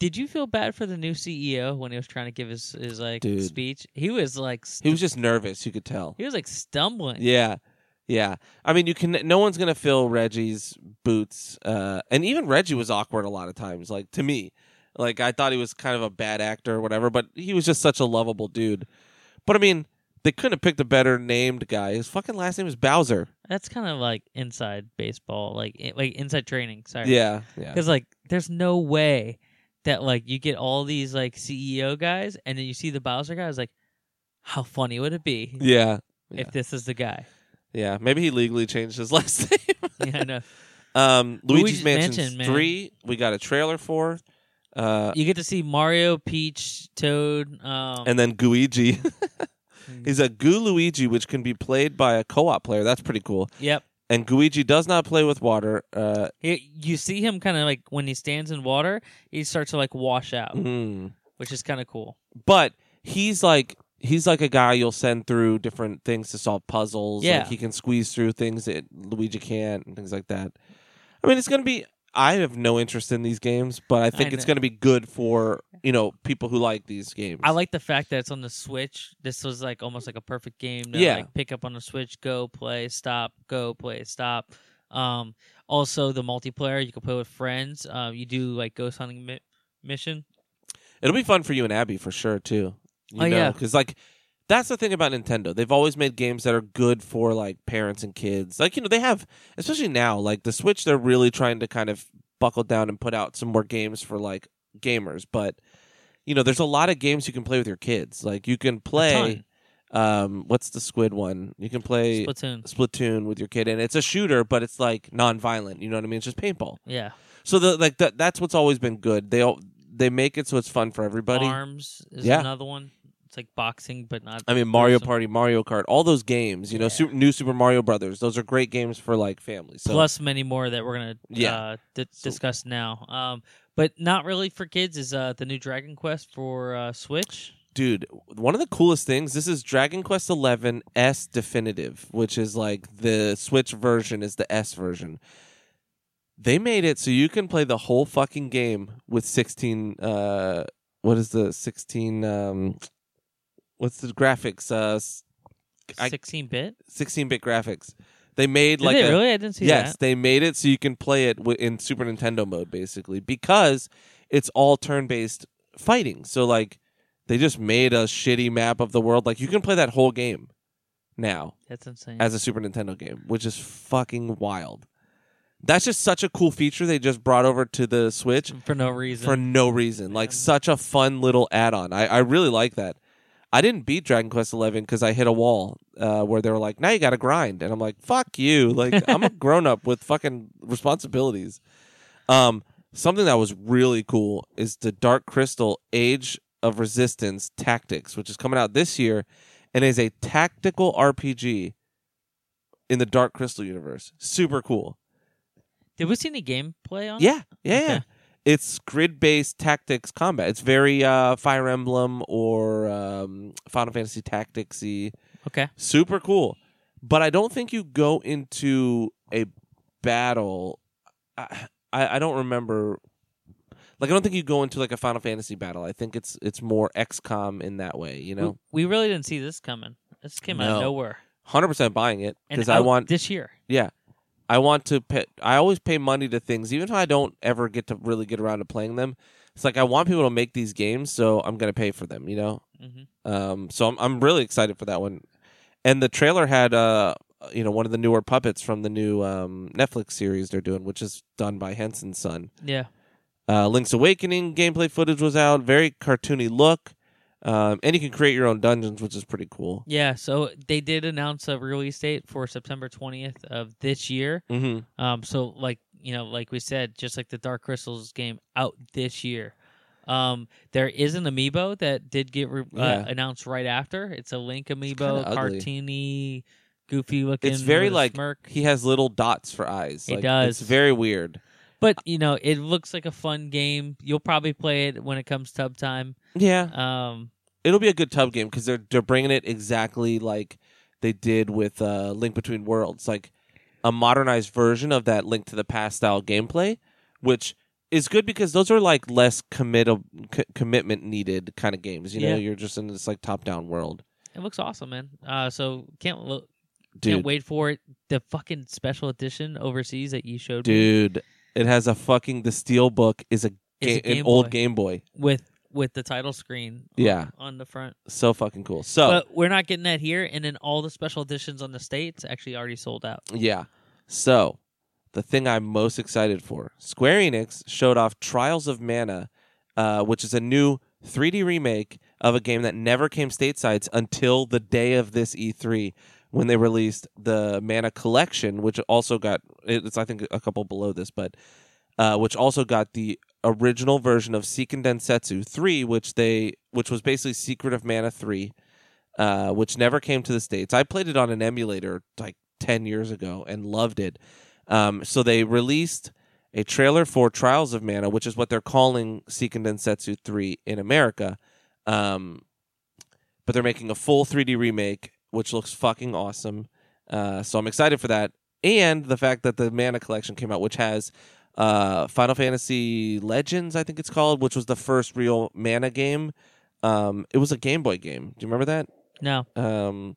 Speaker 1: did you feel bad for the new CEO when he was trying to give his his like
Speaker 2: Dude.
Speaker 1: speech? He was like st-
Speaker 2: he was just nervous, you could tell.
Speaker 1: he was like stumbling.
Speaker 2: Yeah. Yeah. I mean, you can no one's going to fill Reggie's boots. Uh and even Reggie was awkward a lot of times like to me. Like I thought he was kind of a bad actor or whatever, but he was just such a lovable dude. But I mean, they couldn't have picked a better named guy. His fucking last name is Bowser.
Speaker 1: That's kind of like inside baseball, like i- like inside training. Sorry,
Speaker 2: Yeah. Yeah.
Speaker 1: because like there's no way that like you get all these like CEO guys and then you see the Bowser guys like. How funny would it be
Speaker 2: Yeah. Yeah.
Speaker 1: if this is the guy?
Speaker 2: Yeah. Maybe he legally changed his last name.
Speaker 1: yeah, I know.
Speaker 2: Um
Speaker 1: Luigi's
Speaker 2: Luigi's Mansion
Speaker 1: Mansion, man.
Speaker 2: 3, we got a trailer for uh
Speaker 1: You get to see Mario, Peach, Toad. Um, hmm,
Speaker 2: and then Guigi. He's a Goo Luigi, which can be played by a co-op player. That's pretty cool.
Speaker 1: yep.
Speaker 2: And Guigi does not play with water. Uh,
Speaker 1: He- you see him kind of like when he stands in water, he starts to like wash out,
Speaker 2: mm.
Speaker 1: which is kind of cool.
Speaker 2: But he's like he's like a guy you'll send through different things to solve puzzles.
Speaker 1: Yeah.
Speaker 2: like he can squeeze through things that Luigi can't and things like that. I mean, it's gonna be. I have no interest in these games, but I think
Speaker 1: I
Speaker 2: it's
Speaker 1: know.
Speaker 2: gonna be good for you know people who like these games.
Speaker 1: I like the fact that it's on the Switch. This was like almost like a perfect game to
Speaker 2: Yeah.
Speaker 1: like pick up on the Switch, go play, stop, go play, stop. Um, also the multiplayer you can play with friends. Um, you do like ghost hunting mi- mission.
Speaker 2: It'll be fun for you and Abby for sure too. You
Speaker 1: Oh, yeah.
Speaker 2: because like that's the thing about Nintendo. They've always made games that are good for like parents and kids. Like you know they have, especially now, like the Switch. They're really trying to kind of buckle down and put out some more games for like gamers. But you know, there's a lot of games you can play with your kids. Like you can play, um, what's the squid one? You can play
Speaker 1: Splatoon.
Speaker 2: Splatoon with your kid, and it's a shooter, but it's like non-violent. You know what I mean? It's just paintball.
Speaker 1: Yeah,
Speaker 2: So the like that that's what's always been good. They all, they make it so it's fun for everybody.
Speaker 1: arms is
Speaker 2: Yeah.
Speaker 1: another one. It's like boxing, but not.
Speaker 2: I mean, Mario
Speaker 1: gruesome.
Speaker 2: Party, Mario Kart, all those games. You know,
Speaker 1: Yeah.
Speaker 2: Super, new Super Mario Brothers. Those are great games for like families. So,
Speaker 1: plus many more that we're gonna
Speaker 2: Yeah.
Speaker 1: uh, di-
Speaker 2: So-
Speaker 1: discuss now. Um, but not really for kids is uh, the new Dragon Quest for uh, Switch.
Speaker 2: dude, one of the coolest things. This is Dragon Quest Eleven S Definitive, which is like the Switch version is the S version. They made it so you can play the whole fucking game with sixteen. Uh, what is the sixteen? Um, what's the graphics? Uh, I-
Speaker 1: Sixteen bit.
Speaker 2: 16 bit graphics. They made
Speaker 1: Did
Speaker 2: like
Speaker 1: they
Speaker 2: a,
Speaker 1: really? I didn't see
Speaker 2: yes,
Speaker 1: that.
Speaker 2: they made it so you can play it wi- in Super Nintendo mode basically because it's all turn-based fighting. So like they just made a shitty map of the world. Like you can play that whole game now
Speaker 1: That's insane.
Speaker 2: as a Super Nintendo game, which is fucking wild. That's just such a cool feature they just brought over to the Switch
Speaker 1: for no reason.
Speaker 2: for no reason. Like
Speaker 1: Yeah.
Speaker 2: such a fun little add-on. I, I really like that. I didn't beat Dragon Quest Eleven because I hit a wall uh, where they were like, "Now you got to grind," and I'm like, "Fuck you!" Like I'm a grown up with fucking responsibilities. Um, something that was really cool is the Dark Crystal Age of Resistance Tactics, which is coming out this year, and is a tactical RPG in the Dark Crystal universe. Super cool.
Speaker 1: Did we see any gameplay on? it?
Speaker 2: Yeah, yeah,
Speaker 1: Okay.
Speaker 2: yeah. It's grid-based tactics combat. It's very uh, Fire Emblem or um, Final Fantasy Tacticsy.
Speaker 1: Okay.
Speaker 2: Super cool, but I don't think you go into a battle. I, I I don't remember. Like I don't think you go into like a Final Fantasy battle. I think it's it's more XCOM in that way. You know,
Speaker 1: We, we really didn't see this coming. This came out
Speaker 2: No.
Speaker 1: of nowhere.
Speaker 2: hundred percent buying it
Speaker 1: And
Speaker 2: because I
Speaker 1: out
Speaker 2: want
Speaker 1: this year.
Speaker 2: I want to pay, I always pay money to things, even if I don't ever get to really get around to playing them. It's like I want people to make these games, so I'm gonna pay for them. You know,
Speaker 1: hmm
Speaker 2: um, so I'm I'm really excited for that one. And the trailer had uh you know one of the newer puppets from the new um, Netflix series they're doing, which is done by Henson's son.
Speaker 1: Yeah.
Speaker 2: Uh, Link's Awakening gameplay footage was out, very cartoony look, um, and you can create your own dungeons, which is pretty cool.
Speaker 1: Yeah. So they did announce a release date for September 20th of this year.
Speaker 2: Mm-hmm.
Speaker 1: Um. So like you know, like we said, just like the Dark Crystals game out this year. Um, there is an amiibo that did get re-
Speaker 2: Yeah.
Speaker 1: uh, announced right after. It's a Link amiibo,
Speaker 2: kinda ugly.
Speaker 1: cartoony, goofy looking.
Speaker 2: It's very
Speaker 1: with a
Speaker 2: like
Speaker 1: smirk.
Speaker 2: he has little dots for eyes.
Speaker 1: He
Speaker 2: Like,
Speaker 1: does.
Speaker 2: It's very weird.
Speaker 1: But you know, it looks like a fun game. You'll probably play it when it comes tub time.
Speaker 2: Yeah,
Speaker 1: Um,
Speaker 2: it'll be a good tub game because they're they're bringing it exactly like they did with uh, Link Between Worlds, like a modernized version of that Link to the Past style gameplay, which is good because those are like less commit c- commitment needed kind of games. You know,
Speaker 1: Yeah.
Speaker 2: you're just in this like top down world,
Speaker 1: it looks awesome, man. Uh, so can't lo-
Speaker 2: dude.
Speaker 1: can't wait for it. The fucking special edition overseas that you showed me
Speaker 2: Dude, it has a fucking the Steel Book is a,
Speaker 1: It's
Speaker 2: ga-
Speaker 1: a Game
Speaker 2: an old
Speaker 1: Boy.
Speaker 2: Game Boy.
Speaker 1: with with the title screen. on-
Speaker 2: Yeah.
Speaker 1: on, the front.
Speaker 2: So fucking cool. So
Speaker 1: But we're not getting that here. And then all the special editions on the states actually already sold out.
Speaker 2: Yeah. So, the thing I'm most excited for Square Enix showed off Trials of Mana, uh, which is a new 3D remake of a game that never came stateside until the day of this E3 when they released the Mana Collection, which also got, it's I think a couple below this, but uh, which also got the original version of Seiken Densetsu 3, which they which was basically Secret of Mana 3, uh, which never came to the states. I played it on an emulator like 10 years ago and loved it. Um, so they released a trailer for Trials of Mana, which is what they're calling Seiken Densetsu 3 in America. Um, but they're making a full 3D remake, which looks fucking awesome. Uh, so I'm excited for that. And the fact that the Mana collection came out, which has uh, Final Fantasy Legends, I think it's called, which was the first real Mana game. Um, it was a Game Boy game. Do you remember that?
Speaker 1: No,
Speaker 2: Um,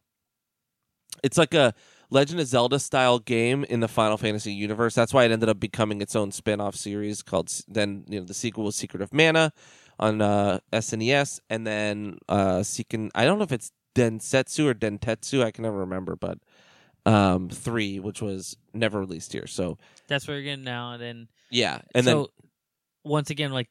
Speaker 2: it's like a Legend of Zelda style game in the Final Fantasy universe. That's why it ended up becoming its own spin off series called. Then you know the sequel was Secret of Mana on uh, SNES, and then uh, Seiken. I don't know if it's Densetsu or Dentetsu. I can never remember, but um, three, which was never released here. So
Speaker 1: that's what you're getting now. And then
Speaker 2: yeah, and
Speaker 1: so once again, like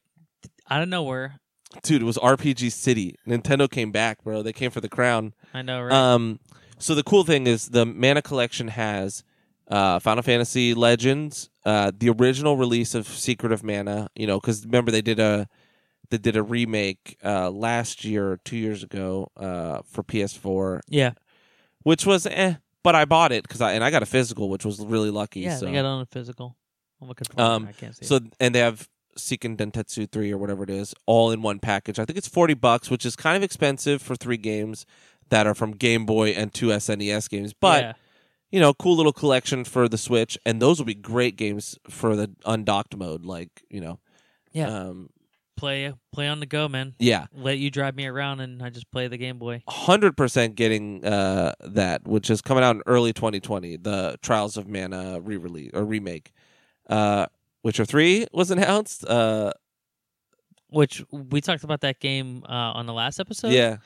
Speaker 1: out of nowhere,
Speaker 2: then dude, it was RPG City. Nintendo came back, bro. They came for the crown.
Speaker 1: I know, right?
Speaker 2: Um, so the cool thing is the Mana Collection has uh, Final Fantasy Legends, uh, the original release of Secret of Mana. You know, because remember they did a they did a remake uh, last year, or two years ago, uh, for PS4,
Speaker 1: yeah,
Speaker 2: which was eh. But I bought it because I and I got a physical, which was really lucky.
Speaker 1: yeah.
Speaker 2: so.
Speaker 1: They got it on a physical. I'm looking for. Um,
Speaker 2: Um,
Speaker 1: I can't see.
Speaker 2: So and they have Seiken Dentetsu three or whatever it is, all in one package. I think it's forty bucks, which is kind of expensive for three games that are from Game Boy and two SNES games. But
Speaker 1: Yeah.
Speaker 2: you know, cool little collection for the Switch, and those will be great games for the undocked mode. Like you know,
Speaker 1: Yeah.
Speaker 2: um,
Speaker 1: play play on the go, man.
Speaker 2: Yeah,
Speaker 1: Let you drive me around, and I just play the Game Boy.
Speaker 2: hundred percent getting uh, that, which is coming out in early 2020. The Trials of Mana re-release or remake. Uh, Witcher Three was announced. Uh,
Speaker 1: Which we talked about that game uh, on the last episode.
Speaker 2: yeah,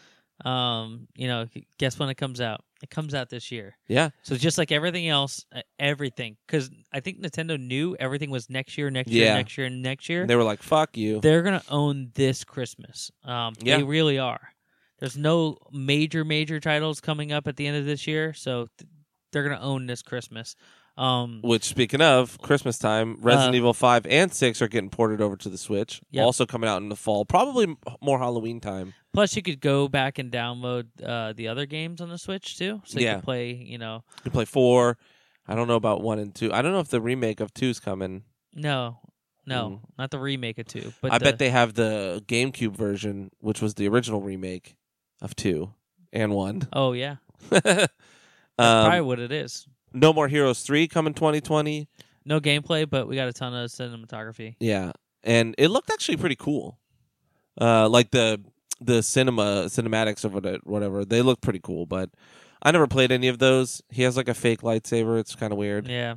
Speaker 1: Um, you know, guess when it comes out? It comes out this year.
Speaker 2: yeah,
Speaker 1: So just like everything else, uh, everything because I think Nintendo knew everything was next year, next year,
Speaker 2: Yeah.
Speaker 1: next year, and next year.
Speaker 2: And they were like, "Fuck you."
Speaker 1: They're gonna own this Christmas. Um,
Speaker 2: Yeah.
Speaker 1: they really are. There's no major major titles coming up at the end of this year, so th- they're gonna own this Christmas. Um,
Speaker 2: Which, speaking of Christmas time, Resident
Speaker 1: Uh,
Speaker 2: Evil Five and Six are getting ported over to the Switch.
Speaker 1: Yep.
Speaker 2: Also coming out in the fall, probably m- more Halloween time.
Speaker 1: plus, you could go back and download uh, the other games on the Switch too, so you
Speaker 2: Yeah.
Speaker 1: can play. You know,
Speaker 2: You can play four. I don't know about one and two. I don't know if the remake of two's coming.
Speaker 1: no, no, not the remake of two, but
Speaker 2: Mm-hmm. I
Speaker 1: the-
Speaker 2: bet they have the GameCube version, which was the original remake of two and one.
Speaker 1: Oh yeah, that's probably
Speaker 2: um,
Speaker 1: what it is.
Speaker 2: no More Heroes three coming 2020.
Speaker 1: No gameplay, but we got a ton of cinematography.
Speaker 2: Yeah, and it looked actually pretty cool. Uh, like the the cinema cinematics of it, whatever they look pretty cool. But I never played any of those. He has like a fake lightsaber. It's kind of weird.
Speaker 1: Yeah.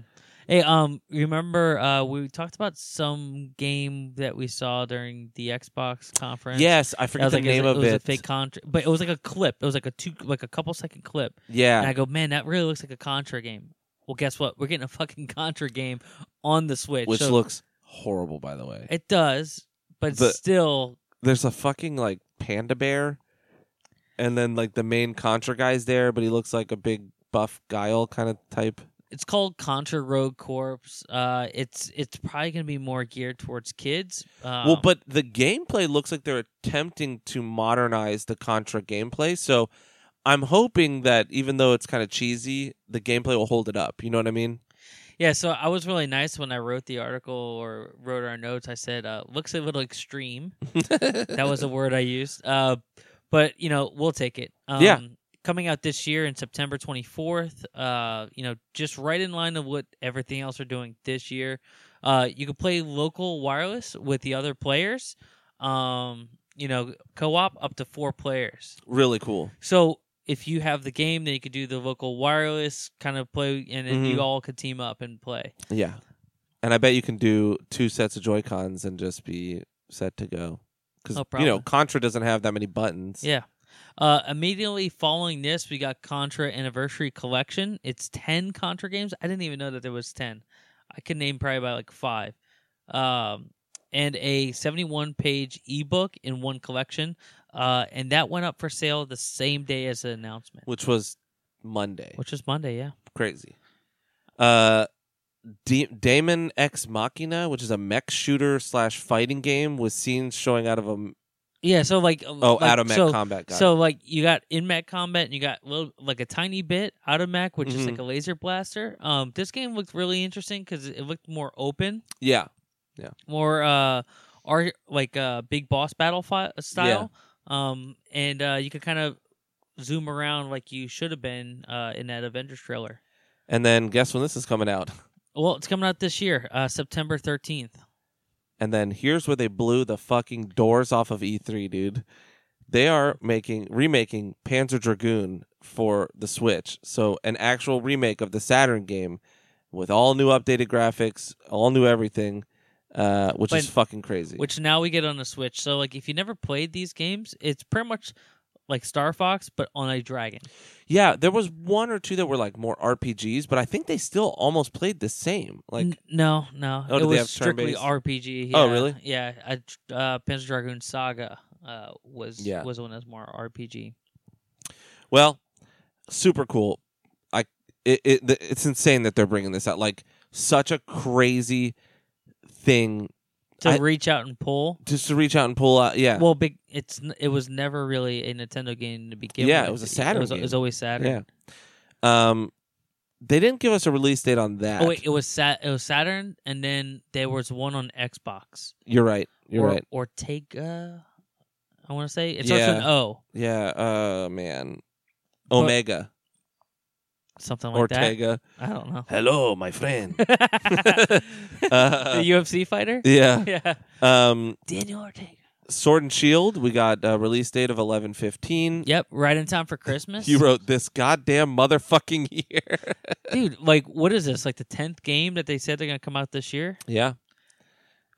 Speaker 1: Hey, um, remember uh, we talked about some game that we saw during the Xbox conference.
Speaker 2: Yes, I
Speaker 1: I
Speaker 2: forget
Speaker 1: was
Speaker 2: the
Speaker 1: like,
Speaker 2: name
Speaker 1: it was,
Speaker 2: of
Speaker 1: it was
Speaker 2: it.
Speaker 1: a fake Contra, but it was like a clip. It was like a two, like a couple second clip, and
Speaker 2: yeah,
Speaker 1: I go, man, that really looks like a Contra game. Well, guess what? We're getting a fucking Contra game on the Switch,
Speaker 2: which
Speaker 1: so
Speaker 2: looks horrible, by the way.
Speaker 1: it does, but it's
Speaker 2: The-
Speaker 1: still
Speaker 2: there's a fucking like panda bear, and then like the main Contra guy's there, but he looks like a big buff guile kind of type.
Speaker 1: it's called Contra Rogue Corps. Uh, it's it's probably gonna be more geared towards kids. Um,
Speaker 2: well, but the gameplay looks like they're attempting to modernize the Contra gameplay. So I'm hoping that even though it's kind of cheesy, the gameplay will hold it up. You know what I mean?
Speaker 1: Yeah, so I was really nice when I wrote the article or wrote our notes. I said, uh, looks a little extreme. That was a word I used. Uh, but, you know, we'll take it. Um,
Speaker 2: Yeah.
Speaker 1: Coming out this year in September 24th, uh, you know, just right in line of what everything else are doing this year. Uh, you can play local wireless with the other players, um, you know, co op up to four players.
Speaker 2: really cool.
Speaker 1: So if you have the game, then you could do the local wireless kind of play, and then
Speaker 2: Mhm.
Speaker 1: you all could team up and play.
Speaker 2: Yeah. And I bet you can do two sets of Joy Cons and just be set to go. Because
Speaker 1: No
Speaker 2: you know
Speaker 1: problem.
Speaker 2: Contra doesn't have that many buttons.
Speaker 1: Yeah. Uh, immediately following this, we got Contra Anniversary Collection. It's ten Contra games. I didn't even know that there was ten. I could name probably about like five, um, and a seventy-one page ebook in one collection. Uh, and that went up for sale the same day as the announcement,
Speaker 2: which was Monday.
Speaker 1: which is Monday. Yeah.
Speaker 2: crazy. Uh, D- Damon X Machina, which is a mech shooter slash fighting game with scenes showing out of a m-
Speaker 1: Yeah. So like. uh,
Speaker 2: oh
Speaker 1: like,
Speaker 2: out of mech
Speaker 1: so,
Speaker 2: combat. Got
Speaker 1: so like you got in mech combat and you got little, like a tiny bit out of mech, which is
Speaker 2: Mhm.
Speaker 1: like a laser blaster. Um, this game looked really interesting because it looked more open.
Speaker 2: it. yeah,
Speaker 1: more uh art like uh big boss battle fi- uh, style um and uh you could kind of zoom around like you should have been uh in that avengers trailer
Speaker 2: and then guess when this is coming out?
Speaker 1: well it's coming out this year uh september 13th
Speaker 2: And then here's where they blew the fucking doors off of E3, dude. They are making remaking Panzer Dragoon for the Switch, so an actual remake of the Saturn game with all new updated graphics, all new everything, uh, which is
Speaker 1: But-
Speaker 2: fucking crazy.
Speaker 1: which now we get on the switch so like if you never played these games it's pretty much like star fox but on a dragon
Speaker 2: Yeah, there was one or two that were like more RPGs, but I think they still almost played the same. Like,
Speaker 1: N- no no
Speaker 2: Oh,
Speaker 1: it
Speaker 2: do they
Speaker 1: was
Speaker 2: have
Speaker 1: strictly
Speaker 2: turn-based?
Speaker 1: rpg
Speaker 2: Oh,
Speaker 1: yeah.
Speaker 2: really?
Speaker 1: yeah I, uh panzer dragoon saga uh was
Speaker 2: Yeah.
Speaker 1: was the one that was more rpg
Speaker 2: well, super cool. I it, it th- it's insane that they're bringing this out. Like, such a crazy thing
Speaker 1: to
Speaker 2: I-
Speaker 1: reach out and pull
Speaker 2: just to reach out and pull out. Yeah,
Speaker 1: Well, big. It's n- it was never really a Nintendo game to begin
Speaker 2: Yeah,
Speaker 1: with.
Speaker 2: it was a Saturn
Speaker 1: It was, it
Speaker 2: game.
Speaker 1: was always Saturn.
Speaker 2: yeah. Um, they didn't give us a release date on that.
Speaker 1: Oh wait, it was Sat. It was Saturn, and then there was one on Xbox.
Speaker 2: you're right. You're
Speaker 1: or,
Speaker 2: right.
Speaker 1: Or take. Uh, I want to say it starts with an
Speaker 2: Yeah.
Speaker 1: O,
Speaker 2: Yeah. Uh, man.
Speaker 1: But-
Speaker 2: Omega
Speaker 1: something like
Speaker 2: Ortega.
Speaker 1: that. I don't know.
Speaker 2: Hello, my friend.
Speaker 1: the
Speaker 2: uh,
Speaker 1: UFC fighter.
Speaker 2: yeah.
Speaker 1: Yeah,
Speaker 2: Um.
Speaker 1: Daniel Ortega.
Speaker 2: Sword and Shield, we got a release date of eleven fifteen.
Speaker 1: Yep, right in time for Christmas.
Speaker 2: You wrote this goddamn motherfucking year.
Speaker 1: Dude, like what is this? Like the tenth game that they said they're gonna come out this year?
Speaker 2: yeah.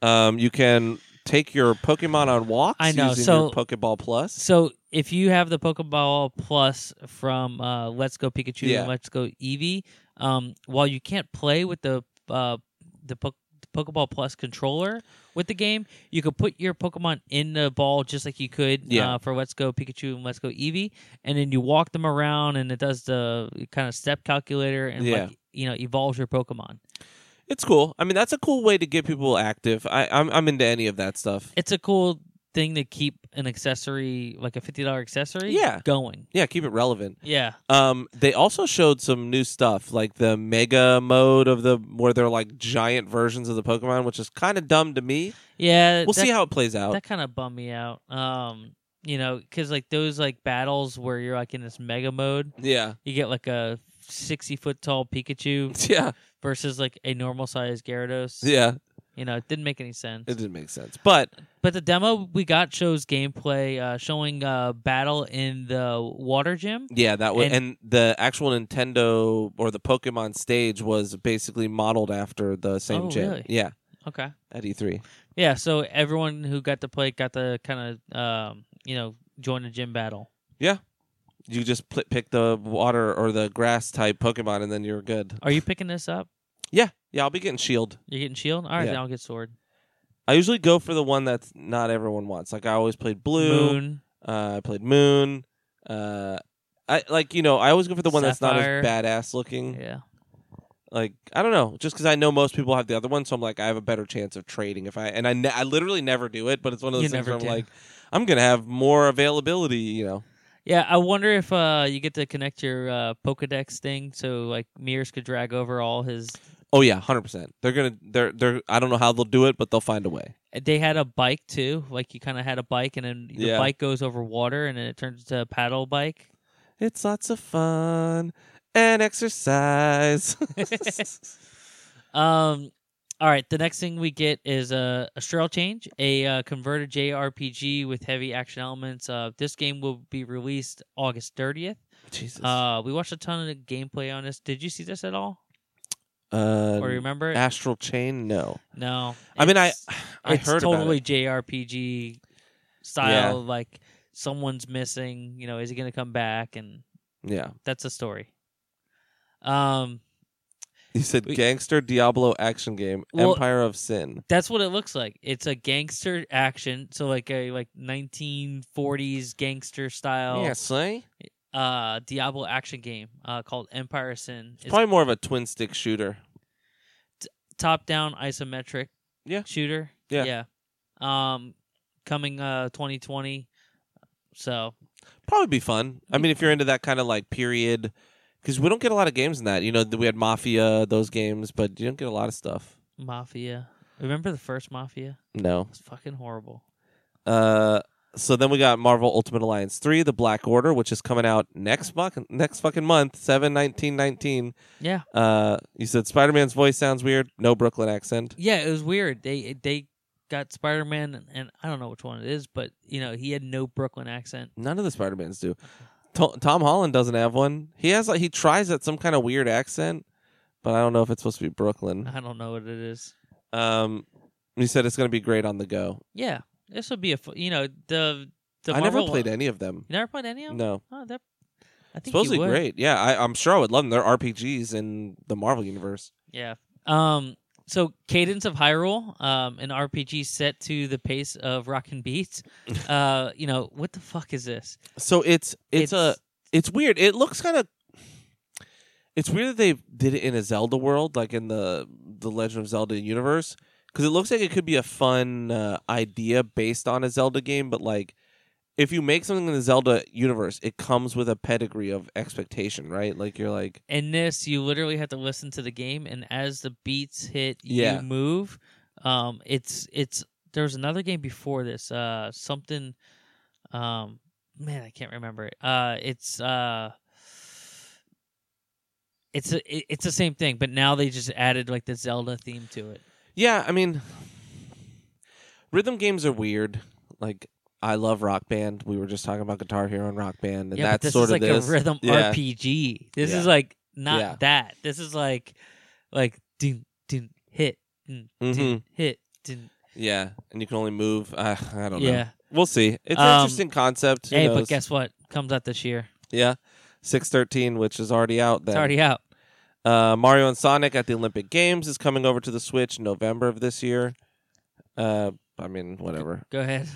Speaker 2: Um, you can take your Pokemon on walks
Speaker 1: I know,
Speaker 2: using
Speaker 1: so-
Speaker 2: your Pokeball Plus.
Speaker 1: So if you have the Pokeball Plus from uh, Let's Go Pikachu
Speaker 2: Yeah.
Speaker 1: and Let's Go Eevee, um, while you can't play with the uh, the po- Pokeball Plus controller with the game, you could put your Pokemon in the ball just like you could
Speaker 2: Yeah.
Speaker 1: uh, for Let's Go Pikachu and Let's Go Eevee, and then you walk them around, and it does the kind of step calculator and
Speaker 2: Yeah.
Speaker 1: like you know evolves your Pokemon.
Speaker 2: It's cool. I mean, that's a cool way to get people active. I, I'm I'm into any of that stuff.
Speaker 1: It's a cool thing to keep an accessory like a fifty dollar accessory
Speaker 2: Yeah.
Speaker 1: going.
Speaker 2: Yeah, keep it relevant.
Speaker 1: Yeah.
Speaker 2: Um, they also showed some new stuff, like the mega mode of the where they're like giant versions of the Pokemon, which is kind of dumb to me.
Speaker 1: Yeah.
Speaker 2: We'll
Speaker 1: that-
Speaker 2: see how it plays out.
Speaker 1: that kind of bummed me out. Um, you know, because like those like battles where you're like in this mega mode,
Speaker 2: yeah,
Speaker 1: you get like a sixty foot tall Pikachu
Speaker 2: yeah,
Speaker 1: versus like a normal sized Gyarados.
Speaker 2: yeah.
Speaker 1: You know, it didn't make any sense.
Speaker 2: It didn't make sense, but
Speaker 1: But the demo we got shows gameplay uh, showing uh, battle in the water gym.
Speaker 2: yeah, that was
Speaker 1: And-
Speaker 2: and, the actual Nintendo or the Pokemon stage was basically modeled after the same
Speaker 1: Oh,
Speaker 2: gym.
Speaker 1: really?
Speaker 2: Yeah,
Speaker 1: Okay.
Speaker 2: at E E3.
Speaker 1: Yeah. So everyone who got to play got to kind of um, you know join a gym battle.
Speaker 2: You just pl- pick the water or the grass type Pokemon, and then you're good.
Speaker 1: Are you picking this up?
Speaker 2: Yeah, yeah, I'll be getting Shield.
Speaker 1: You're getting shield. All right,
Speaker 2: Yeah.
Speaker 1: then I'll get sword.
Speaker 2: I usually go for the one that's not everyone wants. Like I always played Blue.
Speaker 1: Moon.
Speaker 2: Uh, I played Moon. Uh, I like you know I always go for the one
Speaker 1: Sapphire.
Speaker 2: that's not as badass looking.
Speaker 1: Yeah.
Speaker 2: Like I don't know, just because I know most people have the other one, so I'm like I have a better chance of trading if I and I, ne- I literally never do it, but it's one of
Speaker 1: You
Speaker 2: those things
Speaker 1: never
Speaker 2: where I'm
Speaker 1: do.
Speaker 2: like I'm gonna have more availability. You know,
Speaker 1: Yeah, I wonder if uh, you get to connect your uh, Pokedex thing so like Mears could drag over all his.
Speaker 2: oh yeah, hundred percent. They're gonna they're they're I don't know how they'll do it, but they'll find a way.
Speaker 1: They had a bike too, like you kind of had a bike, and then the
Speaker 2: Yeah.
Speaker 1: bike goes over water, and then it turns into a paddle bike.
Speaker 2: It's lots of fun and exercise.
Speaker 1: Um, all right, the next thing we get is uh, a, a Trail Change, a uh, converted JRPG with heavy action elements. Uh, this game will be released August thirtieth.
Speaker 2: Jesus.
Speaker 1: Uh, we watched a ton of gameplay on this. Did you see this at all,
Speaker 2: Uh,
Speaker 1: or remember? It?
Speaker 2: Astral Chain? No.
Speaker 1: No.
Speaker 2: I mean, I
Speaker 1: It's-
Speaker 2: I
Speaker 1: it's
Speaker 2: heard
Speaker 1: totally
Speaker 2: about
Speaker 1: JRPG style. Like someone's missing. You know, is he going to come back? And
Speaker 2: it. Yeah,
Speaker 1: that's the story. Um,
Speaker 2: you said
Speaker 1: We-
Speaker 2: gangster Diablo action game
Speaker 1: Well-
Speaker 2: Empire of Sin.
Speaker 1: that's what it looks like. It's a gangster action, so like a like 1940s gangster style
Speaker 2: see,
Speaker 1: uh Diablo action game uh called Empire of Sin. It's
Speaker 2: it's probably more of a twin stick shooter.
Speaker 1: top down isometric
Speaker 2: Yeah.
Speaker 1: shooter.
Speaker 2: Yeah.
Speaker 1: Yeah. Um coming uh 2020. So,
Speaker 2: Probably be fun. I
Speaker 1: Yeah.
Speaker 2: mean, if you're into that kind of like period, because we don't get a lot of games in that. You know, we had Mafia, those games, but you don't get a lot of stuff.
Speaker 1: Mafia. Remember the first Mafia?
Speaker 2: No.
Speaker 1: It's fucking horrible.
Speaker 2: Uh, so then we got Marvel Ultimate Alliance three, The Black Order, which is coming out next month. Next fucking month, seven nineteen nineteen.
Speaker 1: Yeah.
Speaker 2: Uh, you said Spider Man's voice sounds weird. No Brooklyn accent.
Speaker 1: Yeah, it was weird. They they got Spider Man and, and I don't know which one it is, but you know, he had no Brooklyn accent.
Speaker 2: None of the Spider Mans do. To- Tom Holland doesn't have one. He has like he tries at some kind of weird accent, but I don't know if it's supposed to be Brooklyn.
Speaker 1: I don't know what it is.
Speaker 2: Um, you said it's going to be great on the go.
Speaker 1: Yeah. This would be a fu- you know, the the
Speaker 2: I never
Speaker 1: Marvel-
Speaker 2: played any of them.
Speaker 1: You never played any of them?
Speaker 2: No,
Speaker 1: Oh, they're I think you
Speaker 2: supposedly
Speaker 1: would.
Speaker 2: great. Yeah, I, I'm sure I would love them. They're RPGs in the Marvel universe.
Speaker 1: Yeah. Um so Cadence of Hyrule, um, an RPG set to the pace of rock and beats. Uh, you know, what the fuck is this?
Speaker 2: So it's it's, a it's weird. It looks kind of. It's weird that they did it in a Zelda world, like in the the Legend of Zelda universe, because it looks like it could be a fun uh, idea based on a Zelda game. But like, if you make something in the Zelda universe, it comes with a pedigree of expectation, right? Like you're like,
Speaker 1: in this you literally have to listen to the game and as the beats hit
Speaker 2: Yeah.
Speaker 1: you move um it's it's there's another game before this uh something um man i can't remember it uh it's uh it's a, it- it's the same thing but now they just added like the zelda theme to it
Speaker 2: yeah. I mean, rhythm games are weird. Like I love Rock Band. We were just talking about Guitar Hero and Rock Band, and
Speaker 1: yeah, but
Speaker 2: that's
Speaker 1: this
Speaker 2: sort
Speaker 1: is
Speaker 2: of
Speaker 1: like
Speaker 2: this.
Speaker 1: a rhythm
Speaker 2: Yeah.
Speaker 1: RPG. This is
Speaker 2: Yeah.
Speaker 1: like not
Speaker 2: Yeah.
Speaker 1: that. This is like like dun dun hit dun,
Speaker 2: Mhm.
Speaker 1: dun, hit dun.
Speaker 2: Yeah, and you can only move. Uh, I don't know.
Speaker 1: Yeah.
Speaker 2: We'll see. It's an
Speaker 1: Um,
Speaker 2: interesting concept. Who
Speaker 1: Hey,
Speaker 2: knows?
Speaker 1: but guess what? Comes out this year.
Speaker 2: yeah, six thirteen, which is already out. Then
Speaker 1: It's already out.
Speaker 2: uh, Mario and Sonic at the Olympic Games is coming over to the Switch in November of this year. Uh, I mean, whatever.
Speaker 1: Go ahead.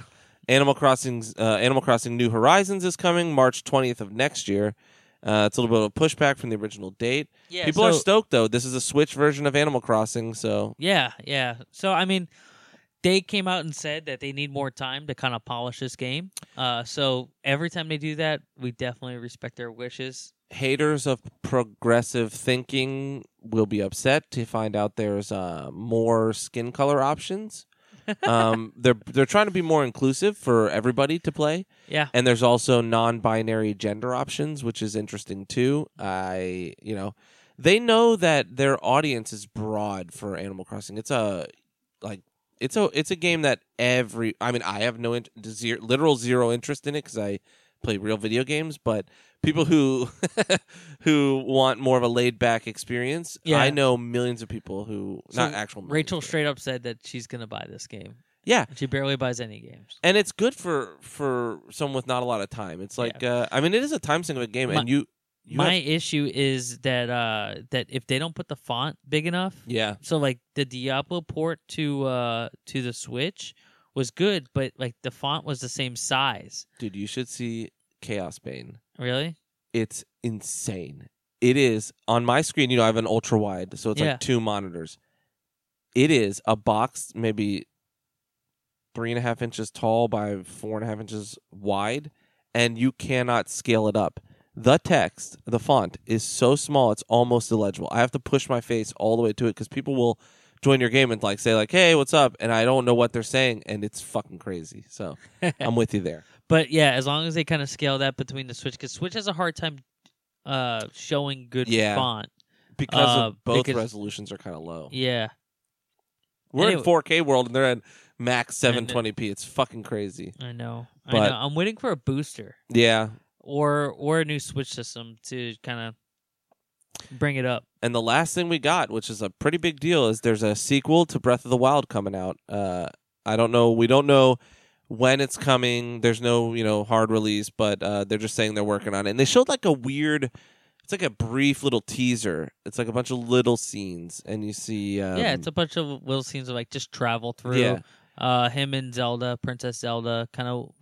Speaker 2: Animal Crossing's uh, Animal Crossing New Horizons is coming March twentieth of next year. Uh, it's a little bit of a pushback from the original date.
Speaker 1: Yeah.
Speaker 2: People are
Speaker 1: so-
Speaker 2: stoked though. This is a Switch version of Animal Crossing, so
Speaker 1: Yeah, yeah. So I mean, they came out and said that they need more time to kind of polish this game. Uh, so every time they do that, we definitely respect their wishes.
Speaker 2: haters of progressive thinking will be upset to find out there's uh, more skin color options. um, they're they're trying to be more inclusive for everybody to play,
Speaker 1: Yeah,
Speaker 2: and there's also non-binary gender options, which is interesting too. I you know they know that their audience is broad for Animal Crossing. It's a like it's a it's a game that every I mean I have no in, zero, literal zero interest in it because I play real video games, but people who who want more of a laid back experience,
Speaker 1: Yeah.
Speaker 2: I know millions of people who
Speaker 1: So
Speaker 2: not actual millions,
Speaker 1: Rachel
Speaker 2: but-
Speaker 1: straight up said that she's gonna buy this game.
Speaker 2: yeah,
Speaker 1: She barely buys any games.
Speaker 2: and it's good for for someone with not a lot of time. It's like uh, I mean it is a time sink of a game,
Speaker 1: My-
Speaker 2: and you, you
Speaker 1: My
Speaker 2: have-
Speaker 1: issue is that uh that if they don't put the font big enough,
Speaker 2: yeah
Speaker 1: so like the Diablo port to uh to the Switch was good, but like the font was the same size.
Speaker 2: dude you should see Chaos Bane.
Speaker 1: Really?
Speaker 2: It's insane. It is on my screen. You know, I have an ultra wide, so it's
Speaker 1: Yeah.
Speaker 2: like two monitors. It is a box, maybe three and a half inches tall by four and a half inches wide, and you cannot scale it up. The text, the font is so small, it's almost illegible. I have to push my face all the way to it because people will join your game and like say like, "Hey, what's up?" and I don't know what they're saying, and it's fucking crazy. So I'm with you there.
Speaker 1: Um, But yeah, as long as they kind of scale that between the Switch, because Switch has a hard time uh showing good
Speaker 2: Yeah.
Speaker 1: font.
Speaker 2: Because
Speaker 1: Uh,
Speaker 2: of both
Speaker 1: because-
Speaker 2: resolutions are kind of low.
Speaker 1: Yeah,
Speaker 2: We're
Speaker 1: Anyway.
Speaker 2: in 4K world and they're at max
Speaker 1: And it-
Speaker 2: 720p. It's fucking crazy.
Speaker 1: I know. I
Speaker 2: But-
Speaker 1: know. I'm waiting for a booster
Speaker 2: Yeah.
Speaker 1: or or a new Switch system to kind of bring it up.
Speaker 2: And the last thing we got, which is a pretty big deal, is there's a sequel to Breath of the Wild coming out. Uh, I don't know. We don't know when it's coming. There's no, you know, hard release, but uh, they're just saying they're working on it. And they showed like a weird. It's like a brief little teaser. It's like a bunch of little scenes, and you see. Um,
Speaker 1: yeah, it's a bunch of little scenes of like just travel through.
Speaker 2: yeah,
Speaker 1: Uh, him and Zelda, Princess Zelda, kind of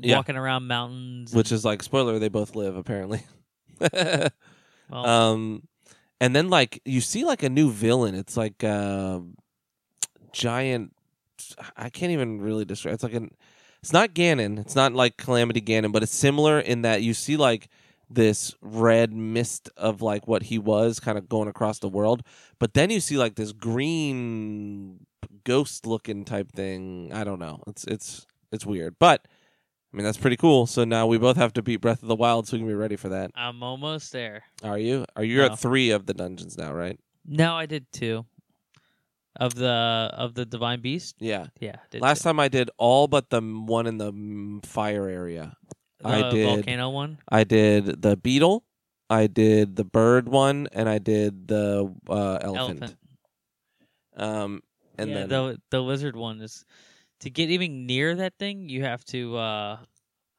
Speaker 2: Yeah.
Speaker 1: walking around mountains.
Speaker 2: um, which is like spoiler. They both live apparently.
Speaker 1: well,
Speaker 2: Um, and then like you see like a new villain. It's like uh, giant. I can't even really describe. It's like an. It's not Ganon. It's not like Calamity Ganon, but it's similar in that you see like this red mist of like what he was kind of going across the world but then you see like this green ghost looking type thing i don't know it's it's it's weird but i mean that's pretty cool so now we both have to beat breath of the wild so we can be ready for that
Speaker 1: I'm almost there.
Speaker 2: are you? Are you
Speaker 1: No.
Speaker 2: at three of the dungeons now? Right?
Speaker 1: No, I did two of the of the Divine Beast.
Speaker 2: Yeah.
Speaker 1: Yeah, I did
Speaker 2: Last
Speaker 1: two.
Speaker 2: time I did all but the m- one in the mm, fire area. I
Speaker 1: The
Speaker 2: did-
Speaker 1: volcano one.
Speaker 2: I did the beetle. I did the bird one, and I did the uh, elephant.
Speaker 1: Elephant.
Speaker 2: Um, and
Speaker 1: yeah,
Speaker 2: then
Speaker 1: the the lizard one is to get even near that thing, you have to uh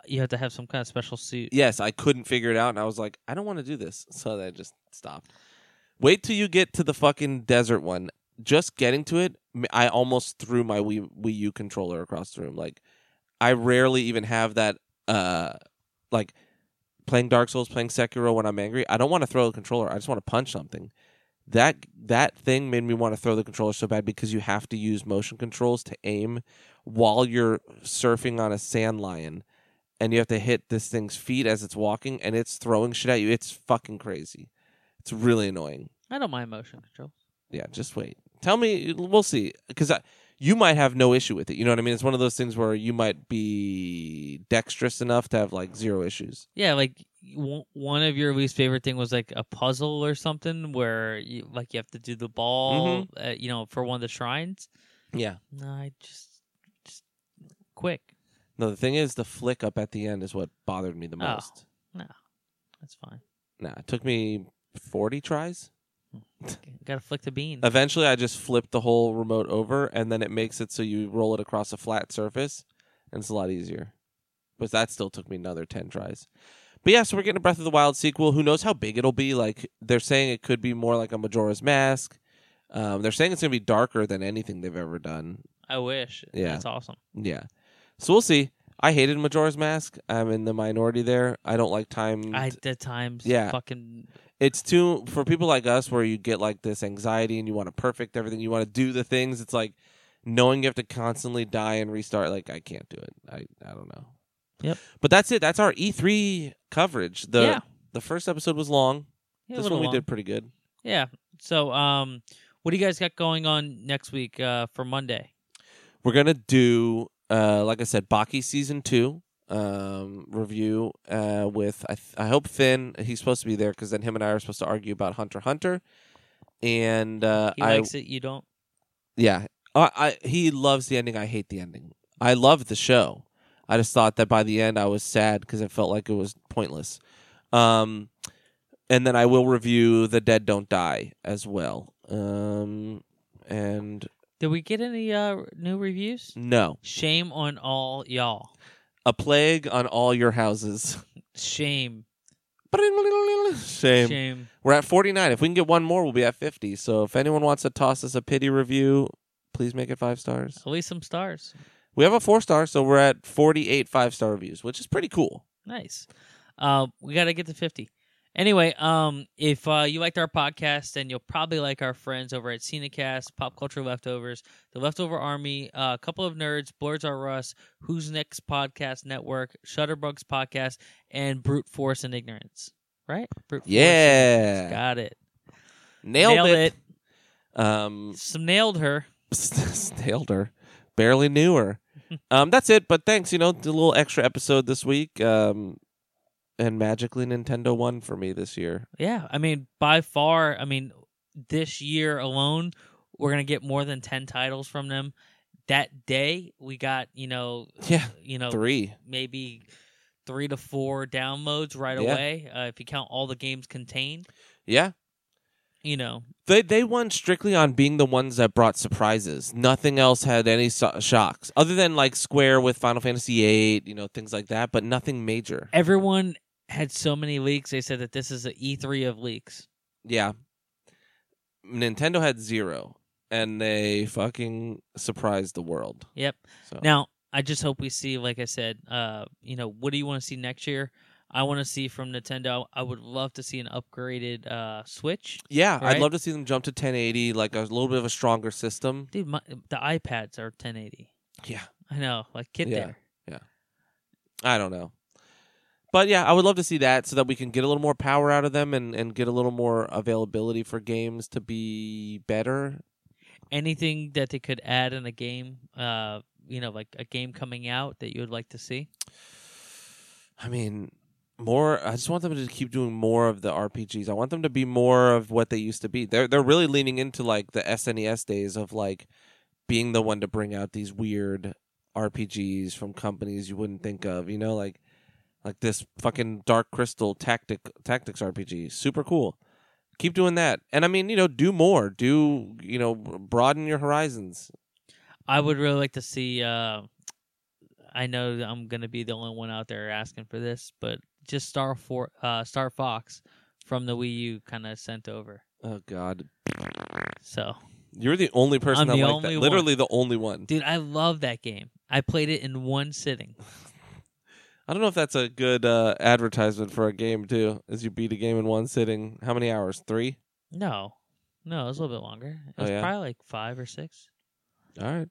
Speaker 1: you have to have some kind of special suit.
Speaker 2: yes, I couldn't figure it out, and I was like, I don't want to do this, so I just stopped. Wait till you get to the fucking desert one. Just getting to it, m- I almost threw my Wii, Wii U controller across the room. Like, I rarely even have that. Uh, like playing Dark Souls, playing Sekiro when I'm angry. I don't want to throw the controller. I just want to punch something. That that thing made me want to throw the controller so bad because you have to use motion controls to aim while you're surfing on a sand lion and you have to hit this thing's feet as it's walking and it's throwing shit at you. It's fucking crazy. It's really annoying.
Speaker 1: I don't mind motion control.
Speaker 2: Yeah, just wait. Tell me, we'll see. Because you might have no issue with it. You know what I mean? It's one of those things where you might be dexterous enough to have like zero issues.
Speaker 1: Yeah, like w- one of your least favorite thing was like a puzzle or something where you like you have to do the ball,
Speaker 2: Mm-hmm.
Speaker 1: uh, you know, for one of the shrines.
Speaker 2: Yeah.
Speaker 1: No, I just just quick.
Speaker 2: No, the thing is, the flick up at the end is what bothered me the
Speaker 1: Oh.
Speaker 2: most.
Speaker 1: That's fine.
Speaker 2: Nah, it took me 40 tries.
Speaker 1: Got to flick the bean.
Speaker 2: Eventually, I just flipped the whole remote over, and then it makes it so you roll it across a flat surface, and it's a lot easier. But that still took me another 10 tries. But yeah, so we're getting a Breath of the Wild sequel. Who knows how big it'll be? Like, they're saying it could be more like a Majora's Mask. Um, they're saying it's going to be darker than anything they've ever done.
Speaker 1: I wish.
Speaker 2: Yeah.
Speaker 1: That's awesome.
Speaker 2: Yeah. So we'll see. I hated Majora's Mask. I'm in the minority there. I don't like time.
Speaker 1: I at times
Speaker 2: Mm, Yeah.
Speaker 1: fucking
Speaker 2: it's too for people like us where you get like this anxiety and you want to perfect everything. You want to do the things. It's like knowing you have to constantly die and restart. Like I can't do it. I I don't know.
Speaker 1: Yep.
Speaker 2: But that's it. That's our E3 coverage. The
Speaker 1: Yeah.
Speaker 2: the first episode was long.
Speaker 1: yeah, a
Speaker 2: this
Speaker 1: little
Speaker 2: one we
Speaker 1: long.
Speaker 2: did pretty good.
Speaker 1: Yeah. So um what do you guys got going on next week uh for Monday?
Speaker 2: We're gonna do uh like I said, Baki season two um review uh with I th- I hope Finn he's supposed to be there because then him and I are supposed to argue about Hunter x Hunter and uh
Speaker 1: He
Speaker 2: I
Speaker 1: likes it, you don't.
Speaker 2: yeah I, I he loves the ending I hate the ending I love the show I just thought that by the end I was sad because it felt like it was pointless um and then I will review the Dead Don't Die as well um and
Speaker 1: Did we get any uh new reviews?
Speaker 2: no
Speaker 1: Shame on all y'all.
Speaker 2: a plague on all your houses.
Speaker 1: Shame.
Speaker 2: Shame.
Speaker 1: Shame.
Speaker 2: We're at 49. If we can get one more, we'll be at 50. So if anyone wants to toss us a pity review, please make it five stars.
Speaker 1: At least some stars.
Speaker 2: We have a four star, so we're at 48 five star reviews, which is pretty cool.
Speaker 1: Nice. Uh, we got to get to 50. Anyway, um, if uh, you liked our podcast, then you'll probably like our friends over at Cinecast, Pop Culture Leftovers, The Leftover Army, uh, a couple of nerds, Blurs Are Us, Who's Next Podcast Network, Shutterbugs Podcast, and Brute Force and Ignorance. Right? Brute Force and
Speaker 2: Yeah.
Speaker 1: Ignorance. Got it.
Speaker 2: Nailed,
Speaker 1: Nailed
Speaker 2: it. Um,
Speaker 1: Some nailed her.
Speaker 2: nailed her. Barely knew her. um, that's it. But thanks. You know, did a little extra episode this week. Um, and magically, Nintendo won for me this year.
Speaker 1: Yeah. I mean, by far, I mean, this year alone, we're going to get more than 10 titles from them. That day, we got, you know,
Speaker 2: Yeah.
Speaker 1: you know,
Speaker 2: Three.
Speaker 1: maybe three to four downloads right
Speaker 2: Yeah.
Speaker 1: away uh, if you count all the games contained.
Speaker 2: Yeah.
Speaker 1: You know,
Speaker 2: They they won strictly on being the ones that brought surprises. Nothing else had any so- shocks other than like Square with Final Fantasy VIII, you know, things like that, but nothing major.
Speaker 1: everyone had so many leaks. They said that this is the E3 of leaks.
Speaker 2: Yeah. Nintendo had zero and they fucking surprised the world.
Speaker 1: Yep.
Speaker 2: So
Speaker 1: Now, I just hope we see, like I said, uh, you know, what do you want to see next year? I want to see from Nintendo. I would love to see an upgraded uh, Switch.
Speaker 2: yeah, I'd
Speaker 1: Right?
Speaker 2: love to see them jump to 1080 like a little bit of a stronger system.
Speaker 1: Dude, my, the iPads are 1080.
Speaker 2: Yeah.
Speaker 1: I know. Like, get
Speaker 2: Yeah.
Speaker 1: there.
Speaker 2: I don't know. But yeah, I would love to see that so that we can get a little more power out of them and, and get a little more availability for games to be better
Speaker 1: Anything that they could add in a game, uh, you know, like a game coming out that you would like to see?
Speaker 2: I mean, more. I just want them to keep doing more of the RPGs. I want them to be more of what they used to be. They're they're really leaning into like the SNES days of like being the one to bring out these weird RPGs from companies you wouldn't think of. You know, like like this fucking Dark Crystal tactic tactics RPG. Super cool. Keep doing that, and I mean, you know, do more. Do you know, broaden your horizons.
Speaker 1: I would
Speaker 2: Mm-hmm.
Speaker 1: really like to see. Uh, I know that I'm gonna be the only one out there asking for this, but just Star for uh, Star Fox from the Wii U kind of sent over.
Speaker 2: Oh God,
Speaker 1: So,
Speaker 2: you're the only person
Speaker 1: I'm
Speaker 2: that
Speaker 1: the
Speaker 2: liked
Speaker 1: only
Speaker 2: that.
Speaker 1: one.
Speaker 2: Literally the only one.
Speaker 1: dude, I love that game. I played it in one sitting.
Speaker 2: I don't know if that's a good uh, advertisement for a game too. Is you beat a game in one sitting? How many hours? Three.
Speaker 1: No, no, it was a little bit longer. It
Speaker 2: Oh,
Speaker 1: was
Speaker 2: yeah?
Speaker 1: probably like five or six.
Speaker 2: All right.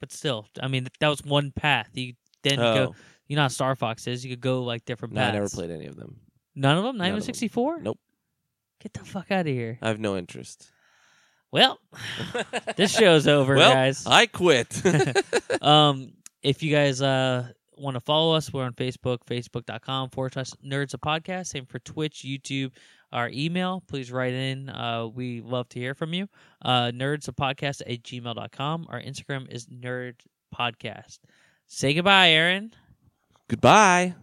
Speaker 1: But still, I mean, that was one path. You then go. You know how Star Fox is. You could go like different
Speaker 2: Oh. no,
Speaker 1: paths.
Speaker 2: I never played any of them.
Speaker 1: None of them. Not
Speaker 2: None
Speaker 1: even
Speaker 2: of them.
Speaker 1: sixty four.
Speaker 2: Nope.
Speaker 1: Get the fuck out of here.
Speaker 2: I have no interest.
Speaker 1: Well, this show's over,
Speaker 2: Well,
Speaker 1: guys.
Speaker 2: I quit.
Speaker 1: um, if you guys uh, want to follow us, we're on Facebook, facebook.com forward slash nerds a podcast. Same for Twitch, YouTube, our email. Please write in. Uh, we love to hear from you. Uh, nerds a podcast at gmail.com. Our Instagram is nerd podcast. Say goodbye, Aaron.
Speaker 2: Goodbye.